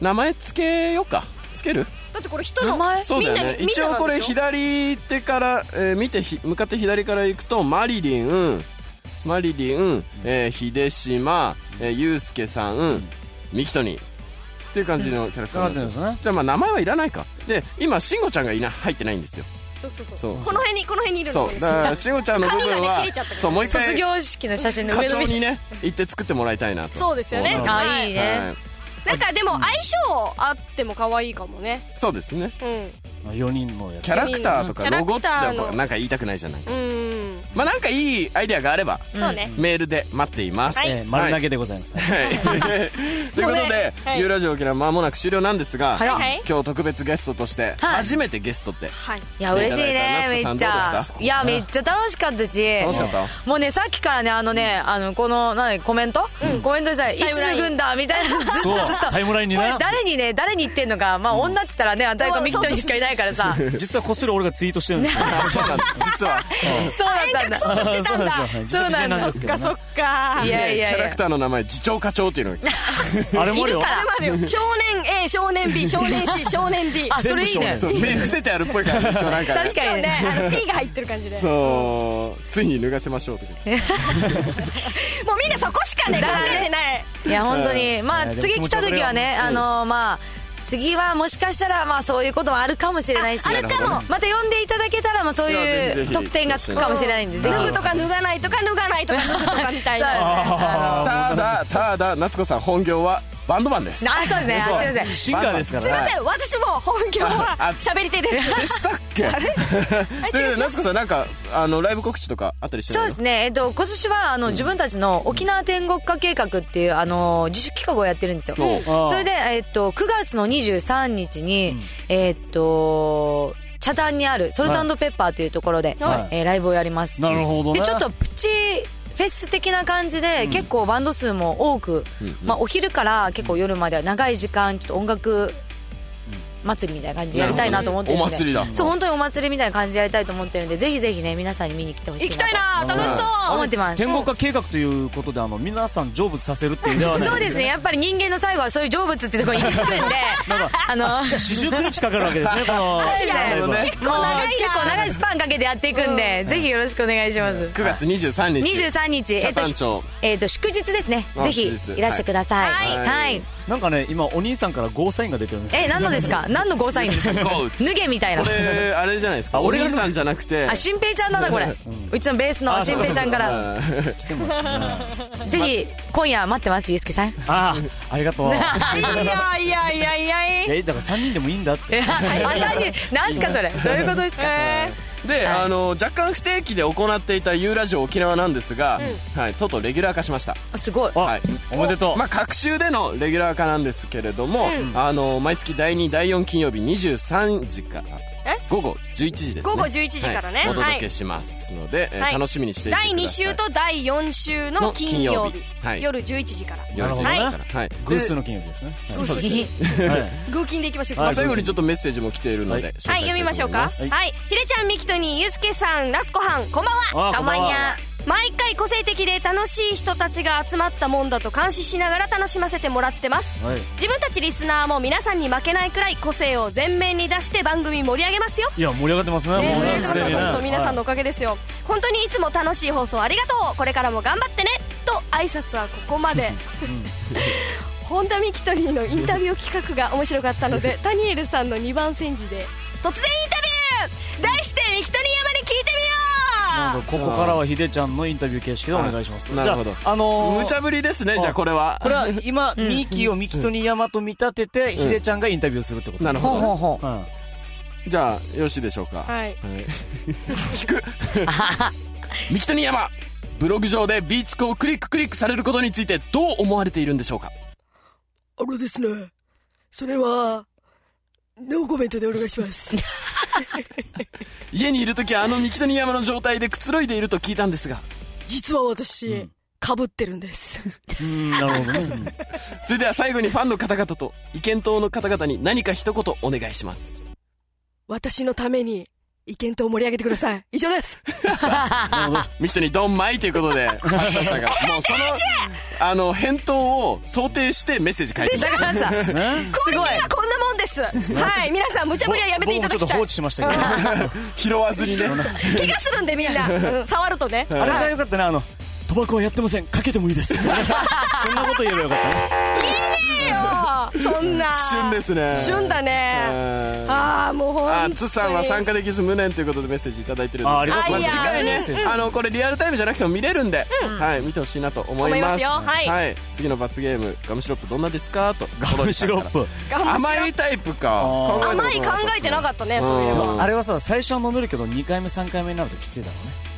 名前つけようかつける
だってこれ人
名
の
前
そうだよ
みんな
ね
に
一応これ
みんななんでしょ
左手から、えー見てひ向かって左から行くとマリリンマリリン、えー秀島、えー、ユースケさん、ミキトニーっていう感じのキャラクターになってます、
ね
じゃあまあ名前はいらないかで今慎吾ちゃんがいな入ってないんですよ
そうそうそう
そう
この辺にこの辺にいるの
そうだから慎吾ちゃんの部分
髪がね
は、
切れちゃったから
そうもう一
卒
回
業式の写真の
課
上の
長
見
にね行って作ってもらいたいなと
そうですよね
思うので
あーいい
は
ね。
い
なんかでも相性あっても可愛いかもね
そうですね
うん
4人のやつ
キャラクターとか
キャラ
ロ
ク
ゴって
ターの
なんか言いたくないじゃない
うん
まあなんかいいアイデアがあれば
そうね
メールで待っています、
えー丸投げでございます
はい。 ということで、
はい
ユーラジオ沖縄間もなく終了なんですが、
早っ
はい
今日特別ゲストとして、
はい
初めてゲストって、
はい
いや嬉しいね
していただ
めっ
い
ち
た
ゃ
夏子さんどうでした
いやめっちゃ楽しかったし
楽しかった
もうねさっきからねあのねあのこの何コメントコメントしたらいつ
タイムライン
脱ぐんだみたいなずっとずっと
そうタイムラインに
これ
ね
誰にね誰に言ってんのかまあ女って言ったらねあんたかミキトにしかいないからさ
実はこっそり俺がツイートしてるんですよ
そう なんです実は、
そうだったんだ
そうなんですよ実
そうなんです
際なんです
そ
けど
っか
ね
そっか
いやいやい
キャラ
や
クターの名前、次長課長っていうの が、
あれもあるよ
あれもあるよ少年 A 少年 B 少年 C 少年 D
あそれいいね
そう目伏せてあるっぽいから、一応なんかね、
確か
そ
に
うね
ね
あの P が入ってる感じでもう
そう、ついに脱がせましょうとか。
みんなそこしかね考
だね
えてない
いや本当にまあ
いやでも
次来た時はねあ
気持ち
のまあ次はもしかしたらまあそういうこともあるかもしれないし
あるかも
また呼んでいただけたらまあそう
いやぜひ
い
ぜ
う
ひ
特典がつくかもしれないんでぜひ
脱ぐとか脱がないとか脱がないとか脱ぐとかみたいな
あ
ただ、ただ、夏子さん、本業はバンドマンです。
あそうですねあすいません
そうシンガーですか
すい
ら
ま
ね
せん私も本業は喋り手です
でしたっけで、夏子さん、なんか、あの、ライブ告知とかあったりして
そう
ない
で
の
すね、えっと、今年はあの、自分たちの沖縄天国化計画っていうあの自主企画をやってるんですよ。
おう
あ
それで、えっと、9月の23日に、えっと、茶壇にあるソルトペッパーというところで、
はい
えーライブをやります。
なるほどね
で、ちょっとプチフェス的な感じで、結構バンド数も多く、まあ、お昼から結構夜までは長い時間、ちょっと音楽、祭りみたいな感じでやりたいなと思ってるんで
お祭りだ
そう本当にお祭りみたいな感じでやりたいと思ってるんでぜひぜひね皆さんに見に来てほしい
行
な
き
と
たい な楽し
思
そ
っ
う
てます
天国化計画ということであの皆さん成仏させるっていうではない
そうですねやっぱり人間の最後はそういう成仏ってところに行くん であの
じゃあ四十九日かかるわけですねこの
いや
ライブは
結構長い結構長いスパンかけてやっていくんで、ぜひよろしくお願いします
9月23日。
23日え
北
っと
谷町
えっと祝日ですね
あ
ぜひ
祝日
いらしてください
はい
はい、
はい
なんかね今お兄さんからゴーサインが出てるね
え何のですか何のゴーサインですか
ゴー
脱げみたいな
これ、あれじゃないですか。
あ
お
俺が
兄さんじゃなくて
あ、新平ちゃんなんだこれうちのベースの
あ
新平ちゃんから
うん
来てますね
ぜひ今夜待ってますゆうすけさん
ああありがとう
いやいやいやいやいや
えだから三人でもいいんだって
え 朝に何すかそれどういうことですか
え
で、あの若干不定期で行っていたユーラジオ沖縄なんですが、はい、とうとうレギュラー化しました、
あすごい
あ、
はい
おめでとう、
まあ、各週でのレギュラー化なんですけれども、あの毎月第2第4金曜日23時から午後11時です、ね、
午後11時からね
はいお届
は
け
い
しますので、えー
はい
楽しみにしていてくださ
第
い
2週と第4週の金曜日
の金曜日はい
夜11時から
夜11時
なるほどね
からはい
偶数
で
の金曜日ですね
そうですね
はい
合金でいきましょう
ま
は
あ、
い
最後にちょっとメッセージも来ているので、
はい
紹介
読みましょう
た
か
いと思い
い
はいひれちゃんみきとにゆうすけさんラスコはんこんばんは
あこんばんはこんばんは
毎回個性的で楽しい人たちが集まったもんだと監視しながら楽しませてもらってます
はい
自分たちリスナーも皆さんに負けないくらい個性を前面に出して番組盛り上げますよ
いや盛り上がってますね
ね
もう
盛り
ね
上
す
が
で
っ
に
た
ね
本当皆さんの
は
おかげですよ本当にいつも楽しい放送ありがとうこれからも頑張ってねと挨拶はここまで本田ミキトリーのインタビュー企画が面白かったの でタニエルさんの2番煎じで突然インタビュー題してミキトリー山に聞いてみよう
ここからはヒデちゃんのインタビュー形式でお願いします。
なるほど
じゃあ、あのー
無茶ぶりですねじゃあこれは
これは今、ミキをミキとに山と見立てて、ヒデちゃんがインタビューするってこと
なるほど
ほうほう
うん
じゃあよろしいでしょうか
は
は
い
い、聞く三木谷山ブログ上でビーチクをクリッククリックされることについてどう思われているんでしょうか
あれですね。それは、ノーコメントでお願いします。
家にいる時はあの三木谷山の状態でくつろいでいると聞いたんですが
実は私、かぶってるんです。
うん、なるほどね。 うん
それでは最後にファンの方々と意見等の方々に何か一言お願いします
私のために、意見と盛り上げてください。以上です。
三木谷ドンマイということで 発射したからもうそのあの返答を想定してメッセージ書いて
だ
た
からさす
ね
ごいこんなもんですはい皆さん無茶ぶりはやめていただ
僕もちょ
き
っと
た
放
い
置しましたけど。
拾わずに ね
気がするんでみんな うん触るとね
あれが良かったね、あの、賭博はやってません、かけてもいい です。そんなこと言えばよかったね。
はいよそんな
旬ですね
旬だね
ね
ああもうほん
あつさんは参加できず無念ということでメッセージいただいてるんです
あありが
とうございま
あ
す
次回
あ
ね
いや
あのこれリアルタイムじゃなくても見れるんで、はい、見てほしいなと思います
思いますよはい
次の罰ゲームガムシロップどんなですかと
ガムシロップ。
甘いタイプか
あ
考えたこと
甘い考えてなかったねそういえば
うん
あれはさ、最初は飲めるけど、2回目、3回目になるときついだろ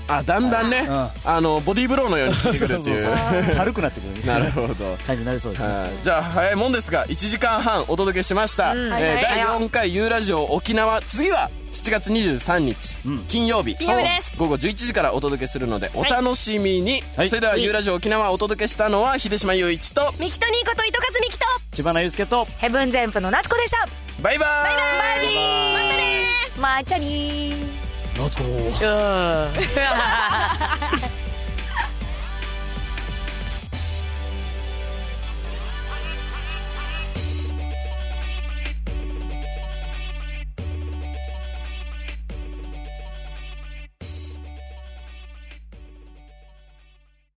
あだんだんねあのボディーブローのように効いてくる
うね。
っていう
軽くなってくるみた
ないる
な
ほど
感じになりそうですね。
はいじゃあ早いもんですが1時間半お届けしました、えー
はいはい
第4回 U ラジオ沖縄次は7月23日、
うん
金曜日
金曜日です
午後11時からお届けするのでお楽しみに、
はい
それでは U ラジオ沖縄お届けしたのは秀島雄一と
ミキとニーこと糸数ミキと
千葉なゆうすけと、
ヘブンゼンプの夏子でした
バイバーイ
バイバイま
まーち
たね
ゃにー
夏子。